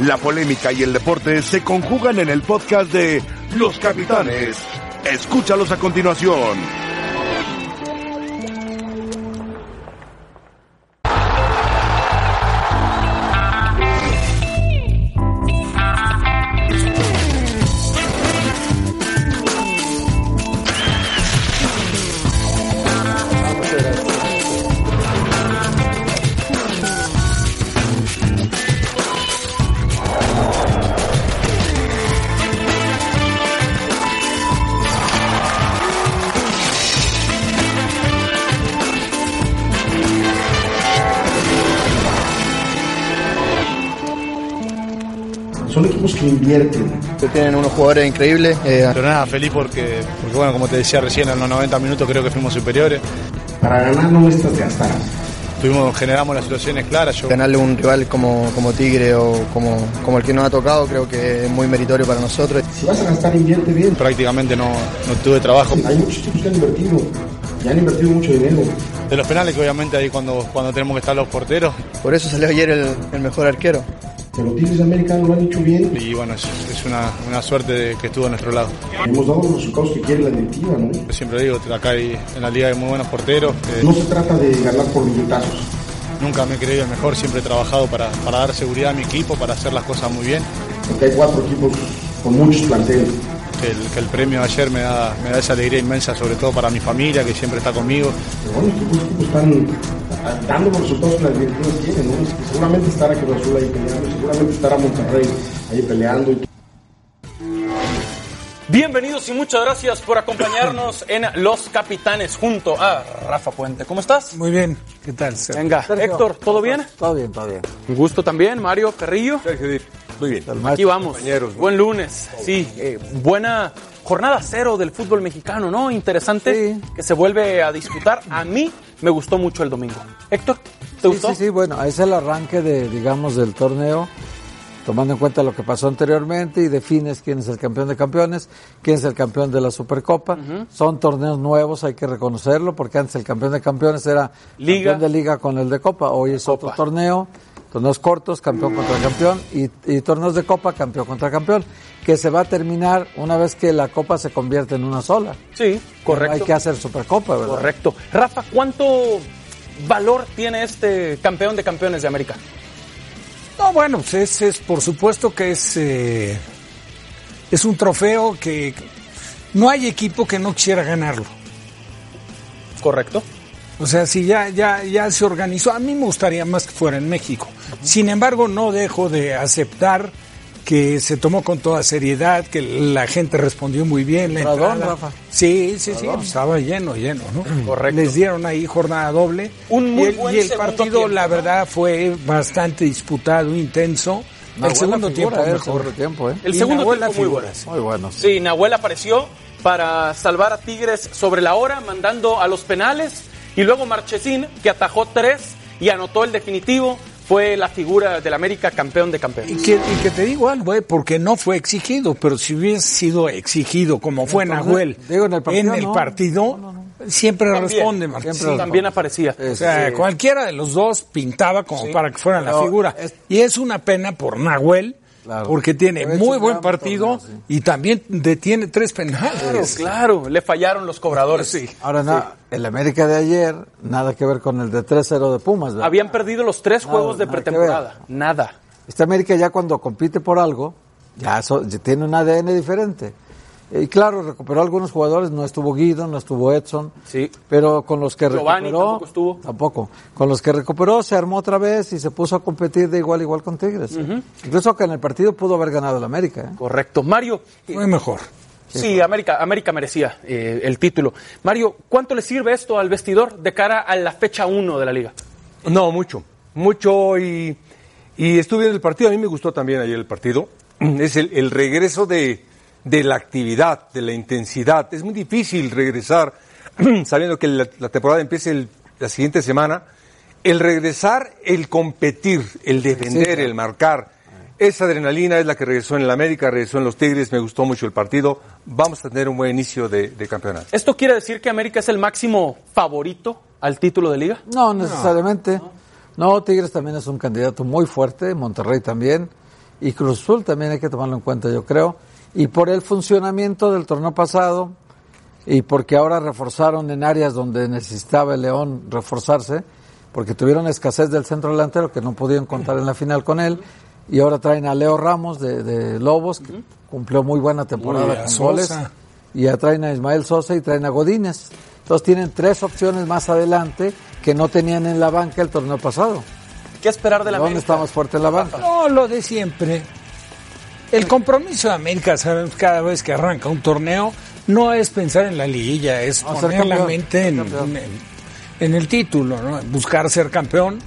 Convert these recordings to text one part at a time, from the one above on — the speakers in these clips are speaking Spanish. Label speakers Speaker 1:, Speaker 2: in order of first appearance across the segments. Speaker 1: La polémica y el deporte se conjugan en el podcast de Los Capitanes. Escúchalos a continuación.
Speaker 2: Son equipos que invierten.
Speaker 3: Tienen unos jugadores increíbles. eh,
Speaker 4: Pero nada, feliz porque, porque, bueno, como te decía recién, en los 90 minutos creo que fuimos superiores.
Speaker 2: Para ganar no necesitas gastar.
Speaker 4: Tuvimos, generamos las situaciones claras. Yo,
Speaker 3: ganarle a un rival como, como Tigre o como, como el que nos ha tocado creo que es muy meritorio para nosotros.
Speaker 2: Si vas a gastar, invierte bien.
Speaker 4: prácticamente no, no tuve trabajo.
Speaker 2: Hay muchos equipos que han invertido. Y han invertido mucho dinero.
Speaker 4: De los penales, que obviamente ahí cuando, cuando tenemos que estar los porteros.
Speaker 3: Por eso salió ayer el, el mejor arquero.
Speaker 2: Pero los tigres americanos lo han hecho bien.
Speaker 4: Y bueno, es, es una, una suerte de que estuvo a nuestro lado.
Speaker 2: Hemos dado los resultados que quiere la directiva, ¿no?
Speaker 4: Yo siempre digo, acá hay, en la liga hay muy buenos porteros. eh,
Speaker 2: No se trata de ganar por minutazos.
Speaker 4: nunca me he creído el mejor, siempre he trabajado para, para dar seguridad a mi equipo, para hacer las cosas muy bien.
Speaker 2: Porque hay cuatro equipos con muchos planteles.
Speaker 4: Que el, que el premio de ayer me da, me da esa alegría inmensa, sobre todo para mi familia, que siempre está conmigo.
Speaker 2: Pero bueno, estos equipos están ah, dando los resultados que las directivas quieren, ¿no? Seguramente estará Cruz Azul ahí peleando. Seguramente estará Monterrey ahí peleando. y
Speaker 5: Bienvenidos y muchas gracias por acompañarnos en Los Capitanes junto a Rafa Puente. ¿Cómo estás?
Speaker 6: Muy bien, ¿qué tal?
Speaker 5: Venga, Héctor, ¿todo bien?
Speaker 7: Todo bien, todo bien.
Speaker 5: Un gusto también, Mario Carrillo.
Speaker 7: Muy bien.
Speaker 5: Aquí vamos. Buen lunes. Sí, eh, buena jornada cero del fútbol mexicano, ¿no? Interesante que se vuelve a disputar. A mí me gustó mucho el domingo. Héctor, ¿te
Speaker 7: Sí,
Speaker 5: gustó?
Speaker 7: sí, sí, bueno, es el arranque de, digamos, del torneo, tomando en cuenta lo que pasó anteriormente y defines quién es el campeón de campeones, quién es el campeón de la Supercopa. Son torneos nuevos, hay que reconocerlo, porque antes el campeón de campeones era
Speaker 5: Liga.
Speaker 7: campeón de liga con el de Copa, hoy es otro torneo, torneos cortos, campeón contra campeón, y, y torneos de Copa, campeón contra campeón, que se va a terminar una vez que la Copa se convierte en una sola.
Speaker 5: Sí, correcto.
Speaker 7: Hay que hacer Supercopa, ¿verdad?
Speaker 5: Correcto. Rafa, ¿cuánto valor tiene este campeón de campeones de América?
Speaker 6: No, bueno, pues es, es- por supuesto que es, eh, es un trofeo que no hay equipo que no quisiera ganarlo.
Speaker 5: Correcto.
Speaker 6: O sea, si ya, ya, ya se organizó, a mí me gustaría más que fuera en México. Sin embargo, no dejo de aceptar que se tomó con toda seriedad, que la gente respondió muy bien. La
Speaker 7: Entradón,
Speaker 6: entrada.
Speaker 7: Rafa.
Speaker 6: Sí, sí, sí, pues estaba lleno, lleno, ¿no?
Speaker 5: Correcto.
Speaker 6: Les dieron ahí jornada doble.
Speaker 5: Un muy
Speaker 6: y el,
Speaker 5: buen
Speaker 6: y el
Speaker 5: segundo
Speaker 6: partido,
Speaker 5: tiempo,
Speaker 6: la
Speaker 5: ¿no?
Speaker 6: verdad, fue bastante disputado, intenso.
Speaker 7: Una
Speaker 6: el
Speaker 7: buena
Speaker 6: segundo
Speaker 7: figura,
Speaker 6: tiempo
Speaker 7: eh, el
Speaker 6: mejor.
Speaker 7: segundo tiempo, eh.
Speaker 5: El
Speaker 6: Y
Speaker 5: segundo
Speaker 6: Nahuel la
Speaker 5: tiempo muy
Speaker 6: figura,
Speaker 5: bueno.
Speaker 6: sí.
Speaker 7: Muy bueno.
Speaker 5: Sí, Nahuel apareció para salvar a Tigres sobre la hora, mandando a los penales. Y luego Marchesín, que atajó tres y anotó el definitivo, fue la figura del América campeón de
Speaker 6: Y
Speaker 5: campeones.
Speaker 6: que, y que te digo algo, eh, porque no fue exigido, pero si hubiese sido exigido como fue
Speaker 7: Entonces,
Speaker 6: Nahuel
Speaker 7: digo, en el partido no.
Speaker 6: partido, siempre
Speaker 5: También,
Speaker 6: responde Eh,
Speaker 5: también
Speaker 6: Martín.
Speaker 5: También aparecía.
Speaker 6: O sea, cualquiera de los dos pintaba como para que fuera la
Speaker 7: Pero
Speaker 6: figura.
Speaker 7: es-
Speaker 6: Y es una pena por Nahuel,
Speaker 7: Claro.
Speaker 6: porque tiene
Speaker 7: Pero ha hecho
Speaker 6: muy
Speaker 7: un
Speaker 6: buen
Speaker 7: gran
Speaker 6: partido
Speaker 7: torneo,
Speaker 6: y también detiene tres penales.
Speaker 5: Claro, claro, le fallaron los cobradores.
Speaker 7: Ahora, no, el América de ayer, nada que ver con el de 3-0 de Pumas. ¿verdad?
Speaker 5: Habían perdido los tres
Speaker 7: Nada,
Speaker 5: juegos de
Speaker 7: nada que
Speaker 5: pretemporada. Nada.
Speaker 7: Este América ya cuando compite por algo, ya, so- ya tiene un ADN diferente. Y claro, recuperó algunos jugadores, no estuvo Guido, no estuvo Edson,
Speaker 5: Sí.
Speaker 7: pero con los que
Speaker 5: Giovanni
Speaker 7: recuperó...
Speaker 5: tampoco estuvo.
Speaker 7: Tampoco. Con los que recuperó, se armó otra vez y se puso a competir de igual a igual con Tigres. ¿eh? Incluso que en el partido pudo haber ganado el América. ¿eh?
Speaker 5: Correcto. Mario, eh,
Speaker 6: Fue mejor.
Speaker 5: Sí, América, América merecía eh, el título. Mario, ¿cuánto le sirve esto al vestidor de cara a la fecha 1 de la liga?
Speaker 8: No, mucho. Mucho y, y estuve viendo el partido. A mí me gustó también ayer el partido. Es el, el regreso de, de la actividad, de la intensidad. Es muy difícil regresar sabiendo que la, la temporada empieza el- la siguiente semana. El regresar, el competir, el defender, el marcar. Esa adrenalina es la que regresó en el América, regresó en los Tigres. Me gustó mucho el partido. Vamos a tener un buen inicio de, de campeonato.
Speaker 5: ¿Esto quiere decir que América es el máximo favorito al título de liga?
Speaker 7: No, necesariamente. No. Tigres también es un candidato muy fuerte, Monterrey también. y Cruz Azul también hay que tomarlo en cuenta, yo creo. Y por el funcionamiento del torneo pasado y porque ahora reforzaron en áreas donde necesitaba el León reforzarse, porque tuvieron escasez del centro delantero que no podían contar en la final con él. Y ahora traen a Leo Ramos de, de Lobos, que cumplió muy buena temporada
Speaker 6: Uy, a
Speaker 7: con
Speaker 6: Sosa.
Speaker 7: goles. Y ya traen a Ismael Sosa y traen a Godínez. Entonces tienen tres opciones más adelante que no tenían en la banca el torneo pasado.
Speaker 5: ¿Qué esperar de la
Speaker 7: ¿Dónde
Speaker 5: América?
Speaker 7: estamos fuerte en la banca?
Speaker 6: No, lo de siempre. El compromiso de América, sabemos, cada vez que arranca un torneo, no es pensar en la liguilla, es
Speaker 7: No, ser
Speaker 6: poner la
Speaker 7: campeón,
Speaker 6: mente
Speaker 7: ser
Speaker 6: en,
Speaker 7: campeón.
Speaker 6: en- en el título, ¿no? buscar ser campeón,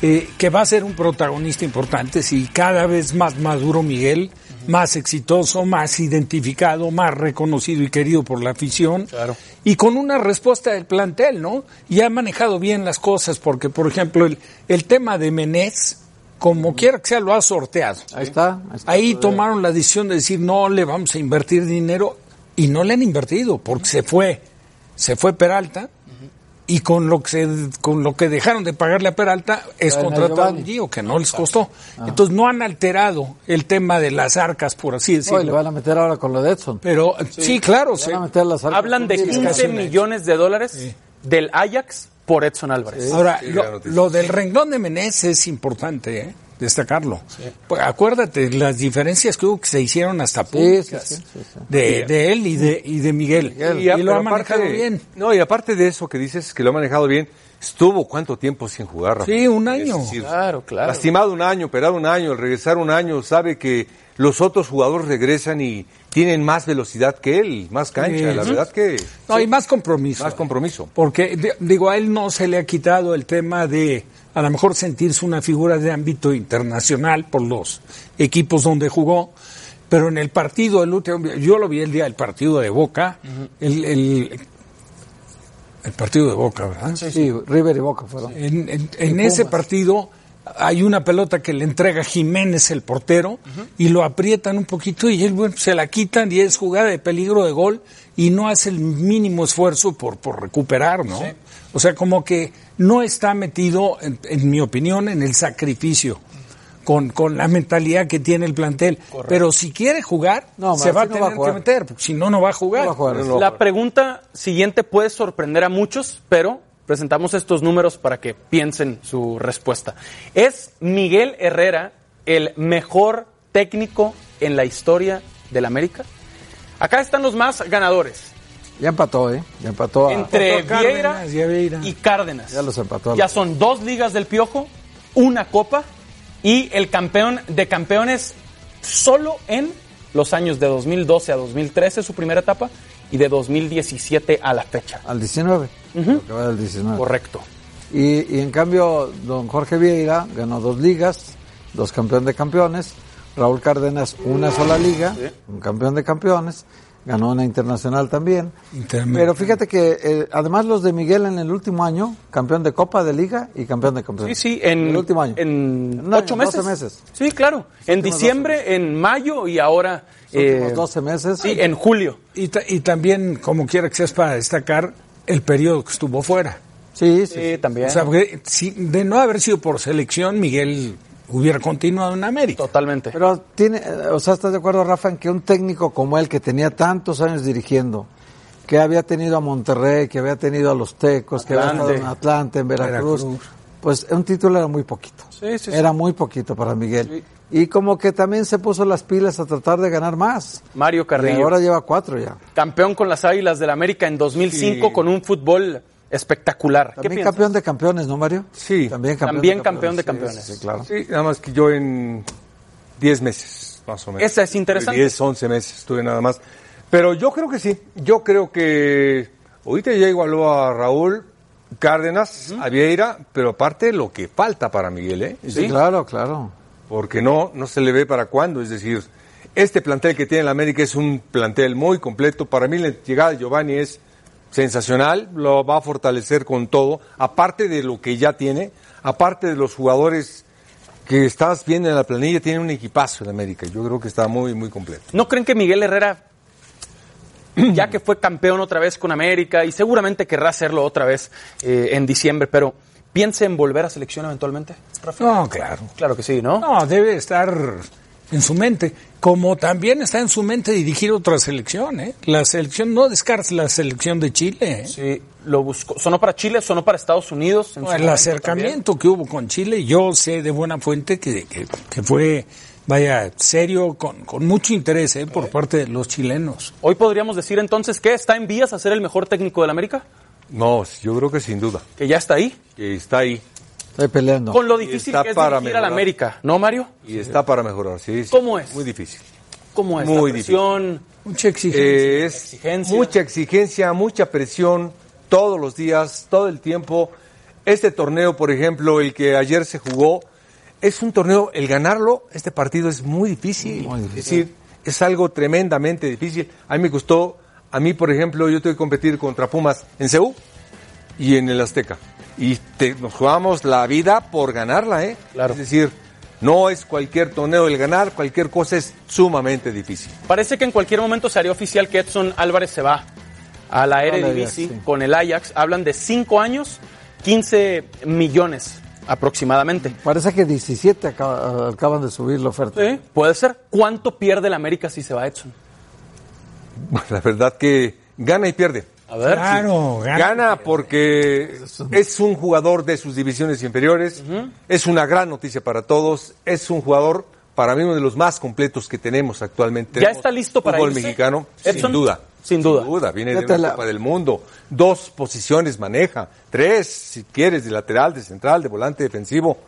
Speaker 6: eh, que va a ser un protagonista importante, sí, cada vez más maduro Miguel, más exitoso, más identificado, más reconocido y querido por la afición,
Speaker 4: Claro.
Speaker 6: y con una respuesta del plantel, ¿no? Y ha manejado bien las cosas, porque, por ejemplo, el, el tema de Menés, como quiera que sea, lo ha sorteado.
Speaker 7: Ahí está. Ahí está.
Speaker 6: Ahí tomaron la decisión de decir no le vamos a invertir dinero y no le han invertido porque se fue, se fue Peralta y con lo que se- con lo que dejaron de pagarle a Peralta es
Speaker 7: Traen a
Speaker 6: contratado
Speaker 7: Giovanni. Ah.
Speaker 6: un Gio que no les costó. Entonces no han alterado el tema de las arcas por así
Speaker 7: Hoy le
Speaker 6: decirlo.
Speaker 7: van a meter ahora con lo de Edson.
Speaker 6: Pero sí, claro,
Speaker 7: Le
Speaker 6: se-
Speaker 7: van a meter las arcas
Speaker 5: Hablan de
Speaker 7: públicas.
Speaker 5: 15 millones de dólares del Ajax por Edson Álvarez.
Speaker 6: Ahora,
Speaker 8: Sí, la
Speaker 6: lo,
Speaker 8: noticia.
Speaker 6: lo del renglón de Menés es importante ¿eh? destacarlo. Pues, acuérdate las diferencias que hubo que se hicieron hasta públicas
Speaker 7: sí, sí, sí, sí.
Speaker 6: De, de él y de, y de Miguel. Y,
Speaker 8: a-
Speaker 6: lo
Speaker 8: pero
Speaker 6: ha manejado
Speaker 8: aparte-
Speaker 6: bien.
Speaker 8: No, y aparte de eso que dices que lo ha manejado bien, estuvo cuánto tiempo sin jugar, Rafa?
Speaker 6: Sí, un año.
Speaker 8: Es decir,
Speaker 5: Claro, claro.
Speaker 8: Lastimado un año, operado un año, al regresar un año, sabe que los otros jugadores regresan y tienen más velocidad que él, más cancha,
Speaker 6: Sí.
Speaker 8: la verdad que
Speaker 6: No, y más compromiso.
Speaker 8: más compromiso.
Speaker 6: Porque, de- digo, a él no se le ha quitado el tema de a lo mejor sentirse una figura de ámbito internacional por los equipos donde jugó. Pero en el partido, el último, yo lo vi el día del partido de Boca, el, el- el partido de Boca, ¿verdad?
Speaker 7: Sí, sí, River y Boca fueron.
Speaker 6: En, en- en ese partido hay una pelota que le entrega Jiménez, el portero, y lo aprietan un poquito y él, bueno, se la quitan y es jugada de peligro de gol y no hace el mínimo esfuerzo por, por recuperar, ¿no? O sea, como que no está metido, en, en mi opinión, en el sacrificio. Con, con la mentalidad que tiene el plantel. Pero si quiere jugar,
Speaker 7: No,
Speaker 6: se va a
Speaker 7: Martín
Speaker 6: tener
Speaker 7: no va a
Speaker 6: que
Speaker 7: jugar.
Speaker 6: meter. porque Si no, no va a jugar.
Speaker 7: No va a jugar.
Speaker 8: No,
Speaker 5: La pregunta siguiente puede sorprender a muchos, pero presentamos estos números para que piensen su respuesta. ¿Es Miguel Herrera el mejor técnico en la historia del América? Acá están los más ganadores.
Speaker 7: Ya empató, ¿eh? Ya empató. a-
Speaker 5: Entre
Speaker 6: Empató a
Speaker 5: Vieira
Speaker 6: Cárdenas y a Vieira.
Speaker 5: y Cárdenas.
Speaker 7: Ya los empató.
Speaker 5: Ya son dos ligas del Piojo, una copa y el campeón de campeones solo en los años de 2012 a 2013, su primera etapa, y de 2017 a la fecha.
Speaker 7: Al 19. Lo que va del 19.
Speaker 5: Correcto.
Speaker 7: Y, y en cambio, don Jorge Vieira ganó dos ligas, dos campeón de campeones. Raúl Cárdenas, una sola liga, un campeón de campeones. Ganó una internacional también.
Speaker 6: Interme-
Speaker 7: Pero fíjate que eh, además los de Miguel en el último año, campeón de Copa de Liga y campeón de campeones.
Speaker 5: Sí, sí, en,
Speaker 7: el último año.
Speaker 5: en
Speaker 7: un año,
Speaker 5: ocho meses.
Speaker 7: 12 meses.
Speaker 5: Sí, claro. En
Speaker 7: últimos
Speaker 5: diciembre, en mayo y ahora.
Speaker 7: Los últimos
Speaker 5: eh,
Speaker 7: 12 meses.
Speaker 5: Sí, en julio.
Speaker 6: Y, ta- y también, como quiera que seas, para destacar el periodo que estuvo fuera.
Speaker 7: sí, sí, sí.
Speaker 5: Sí, también.
Speaker 6: O sea, porque si- de no haber sido por selección, Miguel hubiera continuado en América.
Speaker 5: Totalmente.
Speaker 7: Pero tiene, eh, o sea, ¿estás de acuerdo, Rafa, en que un técnico como él, que tenía tantos años dirigiendo, que había tenido a Monterrey, que había tenido a los Tecos, que había
Speaker 5: Atlante.
Speaker 7: estado en Atlanta, en Veracruz,
Speaker 6: Veracruz.
Speaker 7: pues un título era muy poquito.
Speaker 5: Sí, sí, sí.
Speaker 7: Era muy poquito para Miguel. Y como que también se puso las pilas a tratar de ganar más.
Speaker 5: Mario Carrillo.
Speaker 7: Y ahora lleva cuatro ya.
Speaker 5: Campeón con las Águilas del América en 2005 con un fútbol espectacular. ¿Qué
Speaker 7: También
Speaker 5: piensas?
Speaker 7: campeón de campeones, ¿no, Mario?
Speaker 8: Sí.
Speaker 7: También campeón,
Speaker 5: También
Speaker 7: de,
Speaker 5: campeón de
Speaker 7: campeones.
Speaker 5: campeones.
Speaker 7: Sí, sí, sí, claro.
Speaker 8: Sí, nada más que yo en 10 meses, más o menos.
Speaker 5: Esa es interesante.
Speaker 8: 10, 11 meses estuve nada más. Pero yo creo que sí. Yo creo que ahorita ya igualó a Raúl Cárdenas, a Vieira, pero aparte lo que falta para Miguel, ¿eh?
Speaker 7: Sí, claro, claro.
Speaker 8: Porque no, no se le ve para cuándo. Es decir, este plantel que tiene la América es un plantel muy completo. Para mí la llegada de Giovanni es sensacional, lo va a fortalecer con todo, aparte de lo que ya tiene, aparte de los jugadores que estás viendo en la planilla, tiene un equipazo en América. Yo creo que está muy, muy completo.
Speaker 5: ¿No creen que Miguel Herrera, ya que fue campeón otra vez con América y seguramente querrá hacerlo otra vez eh, en diciembre, pero piensa en volver a selección eventualmente?
Speaker 6: No, claro.
Speaker 5: Claro que sí, ¿no?
Speaker 6: No, debe estar en su mente, como también está en su mente dirigir otra selección, ¿eh? La selección, no descartes la selección de Chile, ¿eh?
Speaker 5: Sí, lo buscó. Sonó para Chile, sonó para Estados Unidos. en su
Speaker 6: El
Speaker 5: momento
Speaker 6: acercamiento que hubo con Chile, yo sé de buena fuente que, que- que fue, vaya, serio, con, con mucho interés ¿eh? por parte de los chilenos.
Speaker 5: también. Hoy podríamos decir entonces que está en vías a ser el mejor técnico de la América,
Speaker 8: No, yo creo que sin duda.
Speaker 5: que ya está ahí,
Speaker 8: que está ahí
Speaker 7: Estoy peleando.
Speaker 5: con lo
Speaker 8: Y
Speaker 5: difícil
Speaker 8: está
Speaker 5: que es
Speaker 8: para
Speaker 5: dirigir a la
Speaker 8: mejorar.
Speaker 5: América, ¿no, Mario?
Speaker 8: y está para mejorar. Sí, sí.
Speaker 5: ¿Cómo es?
Speaker 8: Muy difícil.
Speaker 5: ¿Cómo es
Speaker 8: Muy
Speaker 5: la presión?
Speaker 6: Mucha exigencia.
Speaker 8: Eh, es
Speaker 5: exigencia.
Speaker 8: mucha exigencia, mucha presión todos los días, todo el tiempo. Este torneo, por ejemplo, el que ayer se jugó, es un torneo, el ganarlo, este partido es muy difícil. Es decir, es algo tremendamente difícil. A mí me gustó, a mí, por ejemplo, yo tuve que competir contra Pumas en Seúl y en el Azteca. Y te- nos jugamos la vida por ganarla, ¿eh?
Speaker 5: Claro.
Speaker 8: Es decir, no es cualquier torneo el ganar, cualquier cosa es sumamente difícil.
Speaker 5: Parece que en cualquier momento se haría oficial que Edson Álvarez se va a la Eredivisie
Speaker 7: Ajax, Ah, sí.
Speaker 5: con el Ajax. Hablan de 5 años, 15 millones aproximadamente.
Speaker 7: Parece que 17 acaba- acaban de subir la oferta.
Speaker 5: Sí, Puede ser. ¿Cuánto pierde el América si se va Edson?
Speaker 8: Bueno, Pues La verdad que gana y pierde.
Speaker 5: A ver.
Speaker 6: claro,
Speaker 8: Gana,
Speaker 6: gana.
Speaker 8: porque es un jugador de sus divisiones inferiores, es una gran noticia para todos, es un jugador para mí uno de los más completos que tenemos actualmente.
Speaker 5: ¿Ya
Speaker 8: Tenemos
Speaker 5: está listo para
Speaker 8: fútbol
Speaker 5: irse?
Speaker 8: mexicano,
Speaker 5: Edson,
Speaker 8: sin duda.
Speaker 5: sin duda.
Speaker 8: viene de
Speaker 7: Fíjate
Speaker 8: una
Speaker 7: la-
Speaker 8: Copa del Mundo, dos posiciones maneja, tres si quieres de lateral, de central, de volante defensivo.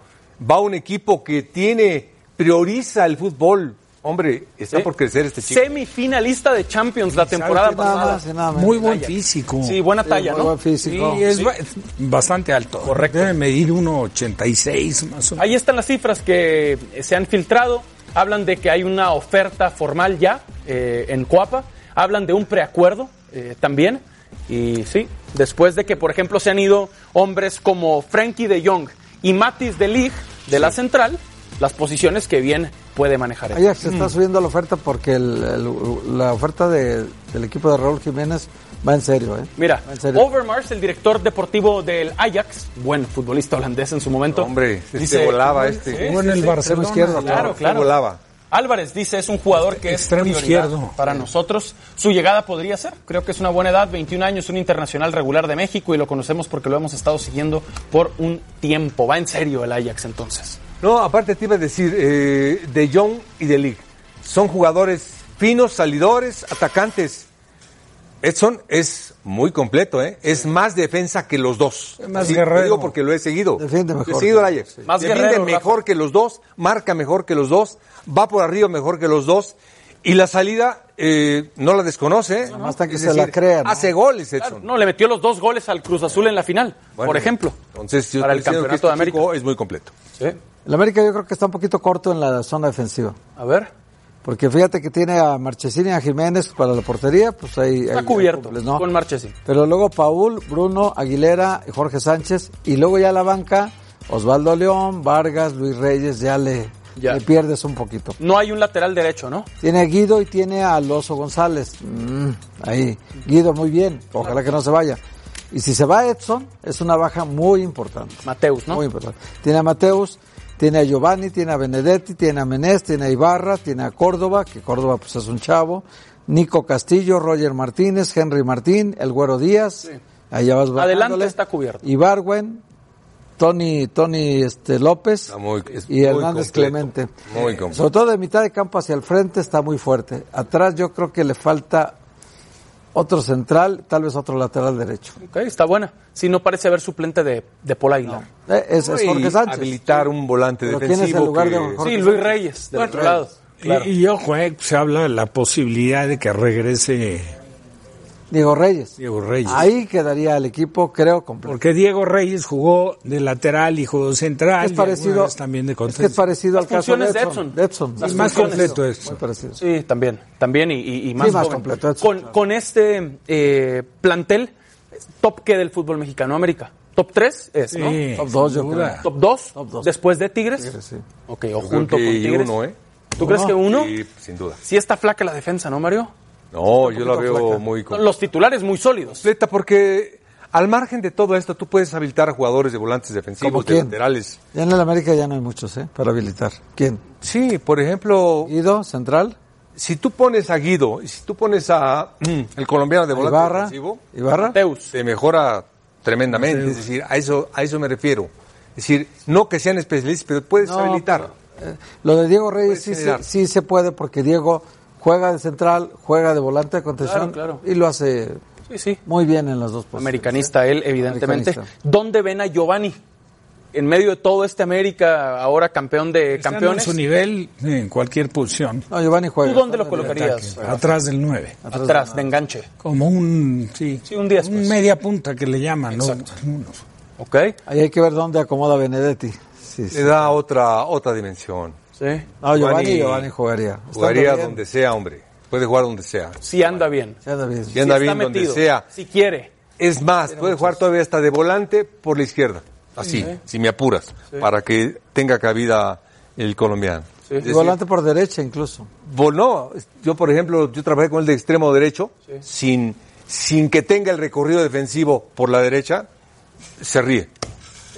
Speaker 8: Va un equipo que tiene prioriza el fútbol. Hombre, está
Speaker 5: Sí.
Speaker 8: por crecer este chico.
Speaker 5: Semifinalista de Champions la temporada
Speaker 6: qué?
Speaker 5: pasada.
Speaker 7: Nada más y nada menos.
Speaker 6: Muy buen
Speaker 5: Ajax.
Speaker 6: físico.
Speaker 5: Sí, buena
Speaker 7: Sí,
Speaker 5: talla,
Speaker 7: muy
Speaker 5: ¿no?
Speaker 7: buen físico.
Speaker 6: Sí, es ba- es bastante alto. Correcto. Debe medir 1,86 más o menos.
Speaker 5: Ahí están las cifras que eh, se han filtrado. Hablan de que hay una oferta formal ya eh, en Coapa. Hablan de un preacuerdo eh, también. Y sí, después de que, por ejemplo, se han ido hombres como Frankie de Jong y Matis de Lig de la central, las posiciones que bien puede manejar. él.
Speaker 7: Ajax se
Speaker 6: Mm.
Speaker 7: está subiendo la oferta porque el- el- la oferta de- del equipo de Raúl Jiménez va en serio. ¿eh?
Speaker 5: Mira,
Speaker 7: va en serio.
Speaker 5: Overmars, el director deportivo del Ajax, buen futbolista holandés en su momento.
Speaker 8: Hombre, este
Speaker 5: dice-
Speaker 8: volaba este.
Speaker 6: Jugó en el Barcelona.
Speaker 7: izquierdo,
Speaker 5: Claro,
Speaker 8: Todo
Speaker 5: claro.
Speaker 8: volaba.
Speaker 5: Álvarez dice, es un jugador que es
Speaker 6: Extremo
Speaker 5: prioridad
Speaker 6: izquierdo.
Speaker 5: para nosotros. Su llegada podría ser, creo que es una buena edad, 21 años, un internacional regular de México y lo conocemos porque lo hemos estado siguiendo por un tiempo. Va en serio el Ajax entonces.
Speaker 8: No, aparte te iba a decir, eh, De Jong y De Ligt son jugadores finos, salidores, atacantes. Edson es muy completo, ¿eh? es más defensa que los dos.
Speaker 6: Es más
Speaker 8: Sí,
Speaker 6: guerrero.
Speaker 8: Lo digo porque lo he seguido.
Speaker 7: Defiende
Speaker 8: Lo he
Speaker 7: mejor.
Speaker 8: seguido al Ajax.
Speaker 5: Más
Speaker 8: Defiende
Speaker 5: guerrero,
Speaker 8: mejor que los dos, marca mejor que los dos, va por arriba mejor que los dos. Y la salida eh, no la desconoce. ¿eh?
Speaker 7: Nomás hasta que
Speaker 8: Es
Speaker 7: se la crea, ¿no?
Speaker 8: Hace goles, Edson.
Speaker 5: No, le metió los dos goles al Cruz Azul en la final,
Speaker 8: Bueno,
Speaker 5: por ejemplo.
Speaker 8: Entonces, yo
Speaker 5: para el
Speaker 8: estoy diciendo que
Speaker 5: Campeonato de
Speaker 8: este
Speaker 5: América.
Speaker 8: chico Es muy completo.
Speaker 5: Sí.
Speaker 7: El América yo creo que está un poquito corto en la zona defensiva.
Speaker 5: A ver,
Speaker 7: Porque fíjate que tiene a Marchesín y a Jiménez para la portería, pues ahí...
Speaker 5: está
Speaker 7: ahí-
Speaker 5: cubierto
Speaker 7: ¿no?
Speaker 5: con Marchesín.
Speaker 7: Pero luego Paul, Bruno, Aguilera, Jorge Sánchez y luego ya la banca, Osvaldo León, Vargas, Luis Reyes, ya le,
Speaker 5: Ya.
Speaker 7: le pierdes un poquito.
Speaker 5: No hay un lateral derecho, ¿no?
Speaker 7: Tiene a Guido y tiene a Alonso González. Mm, ahí. Guido muy bien, ojalá que no se vaya. Y si se va Edson, es una baja muy importante.
Speaker 5: Mateus, ¿no?
Speaker 7: Muy importante. Tiene a Mateus, tiene a Giovanni, tiene a Benedetti, tiene a Menés, tiene a Ibarra, tiene a Córdoba, que Córdoba pues es un chavo, Nico Castillo, Roger Martínez, Henry Martín, el Güero Díaz, allá vas
Speaker 5: Adelante
Speaker 7: bajándole.
Speaker 5: está cubierto.
Speaker 7: Ibarwen, Tony, Tony este, López
Speaker 8: Está muy- es
Speaker 7: y
Speaker 8: muy
Speaker 7: Hernández
Speaker 8: completo.
Speaker 7: Clemente.
Speaker 8: Muy completo.
Speaker 7: Sobre todo de mitad de campo hacia el frente está muy fuerte. Atrás yo creo que le falta otro central, tal vez otro lateral derecho.
Speaker 5: Ok, está buena. Sí, no parece haber suplente de, de Paul Aguilar.
Speaker 7: Eh, es, es
Speaker 8: Y
Speaker 7: Jorge Sánchez.
Speaker 8: Habilitar un volante
Speaker 7: Pero ¿quién es
Speaker 8: defensivo.
Speaker 7: el lugar de
Speaker 8: que-
Speaker 7: Jorge
Speaker 5: Sí, Luis Reyes, del otro lado. Claro.
Speaker 6: Y, y ojo, eh, se habla de la posibilidad de que regrese
Speaker 7: Diego Reyes.
Speaker 6: Diego Reyes.
Speaker 7: Ahí quedaría el equipo, creo, completo.
Speaker 6: Porque Diego Reyes jugó de lateral y jugó central.
Speaker 7: Es
Speaker 6: y alguna
Speaker 7: parecido,
Speaker 6: vez también de
Speaker 7: es que es
Speaker 6: contención.
Speaker 7: parecido
Speaker 5: Las
Speaker 7: al caso de
Speaker 5: funciones de
Speaker 7: Edson.
Speaker 5: Edson.
Speaker 7: de Edson.
Speaker 5: Las
Speaker 7: Sí,
Speaker 5: más
Speaker 7: funciones.
Speaker 6: completo Edson.
Speaker 7: Muy parecido.
Speaker 5: Sí, también, también y, y- y más,
Speaker 7: más
Speaker 5: joven.
Speaker 7: completo, eso,
Speaker 5: Con,
Speaker 7: claro.
Speaker 5: con este eh, plantel, top que del fútbol mexicano América. Top 3 es, ¿no?
Speaker 6: Sí,
Speaker 7: Top dos, yo
Speaker 6: sin duda.
Speaker 7: creo.
Speaker 5: Top 2,
Speaker 7: Top dos.
Speaker 5: después de Tigres.
Speaker 7: Tigres, sí.
Speaker 5: Ok, o
Speaker 8: Yo creo
Speaker 5: junto
Speaker 8: que
Speaker 5: con
Speaker 8: y
Speaker 5: Tigres.
Speaker 8: uno, ¿eh?
Speaker 5: ¿Tú crees que uno?
Speaker 8: Sí, sin duda.
Speaker 5: Sí está flaca la defensa, ¿no, Mario?
Speaker 8: No, yo la veo muy completa.
Speaker 5: Los titulares muy sólidos.
Speaker 8: Completa porque Al margen de todo esto, tú puedes habilitar a jugadores de volantes
Speaker 7: ¿Como
Speaker 8: defensivos, de
Speaker 7: quién?
Speaker 8: laterales.
Speaker 7: Ya en el América ya no hay muchos, ¿eh? Para habilitar. ¿Quién?
Speaker 8: Sí, por ejemplo,
Speaker 7: Guido, central.
Speaker 8: si tú pones a Guido, y si tú pones a el colombiano de volante
Speaker 7: Ibarra.
Speaker 8: defensivo,
Speaker 7: Ibarra.
Speaker 5: Mateus.
Speaker 8: se mejora tremendamente. Es decir, a eso, a eso me refiero. Es decir, no que sean especialistas, pero puedes
Speaker 7: No,
Speaker 8: habilitar.
Speaker 7: Eh, Lo de Diego Reyes
Speaker 8: Puedes
Speaker 7: sí, se-
Speaker 8: generar.
Speaker 7: sí se puede porque Diego juega de central, juega de volante de contención
Speaker 5: Claro, claro.
Speaker 7: y lo hace
Speaker 5: Sí, sí.
Speaker 7: muy bien en las dos posiciones.
Speaker 5: Americanista él, evidentemente.
Speaker 7: Americanista.
Speaker 5: ¿Dónde ven a Giovanni? En medio de todo este América, ahora campeón de
Speaker 6: Estando
Speaker 5: campeones.
Speaker 6: en su nivel, en cualquier posición.
Speaker 7: ¿eh? No, Giovanni juega.
Speaker 5: ¿Tú dónde lo
Speaker 7: Está en el-
Speaker 5: colocarías?
Speaker 6: Ataque, atrás del 9.
Speaker 5: Atrás, de enganche.
Speaker 6: Como un, sí,
Speaker 5: Sí, un diez, pues.
Speaker 6: media punta que le llaman, ¿no?
Speaker 5: Exacto.
Speaker 6: Algunos.
Speaker 5: ¿Ok?
Speaker 7: Ahí hay que ver dónde acomoda Benedetti. Sí, sí.
Speaker 5: Eh,
Speaker 8: Le da otra, otra dimensión.
Speaker 5: Sí.
Speaker 7: No, Giovanni,
Speaker 8: Giovanni-
Speaker 7: Giovanni jugaría. Estando
Speaker 8: Jugaría
Speaker 7: bien,
Speaker 8: donde sea, hombre. Puede jugar donde sea.
Speaker 5: Sí anda bien.
Speaker 7: ya anda bien.
Speaker 8: Y anda
Speaker 5: Sí
Speaker 8: bien
Speaker 5: está
Speaker 8: donde
Speaker 5: metido,
Speaker 8: sea.
Speaker 5: Si quiere.
Speaker 8: Es más, puede jugar todavía hasta de volante por la izquierda. Así, si me apuras, para que tenga cabida el colombiano.
Speaker 5: Sí.
Speaker 7: Y
Speaker 8: Es decir,
Speaker 7: volante por derecha incluso.
Speaker 8: vol- no, yo por ejemplo, yo trabajé con el de extremo derecho, sin, sin que tenga el recorrido defensivo por la derecha, se ríe.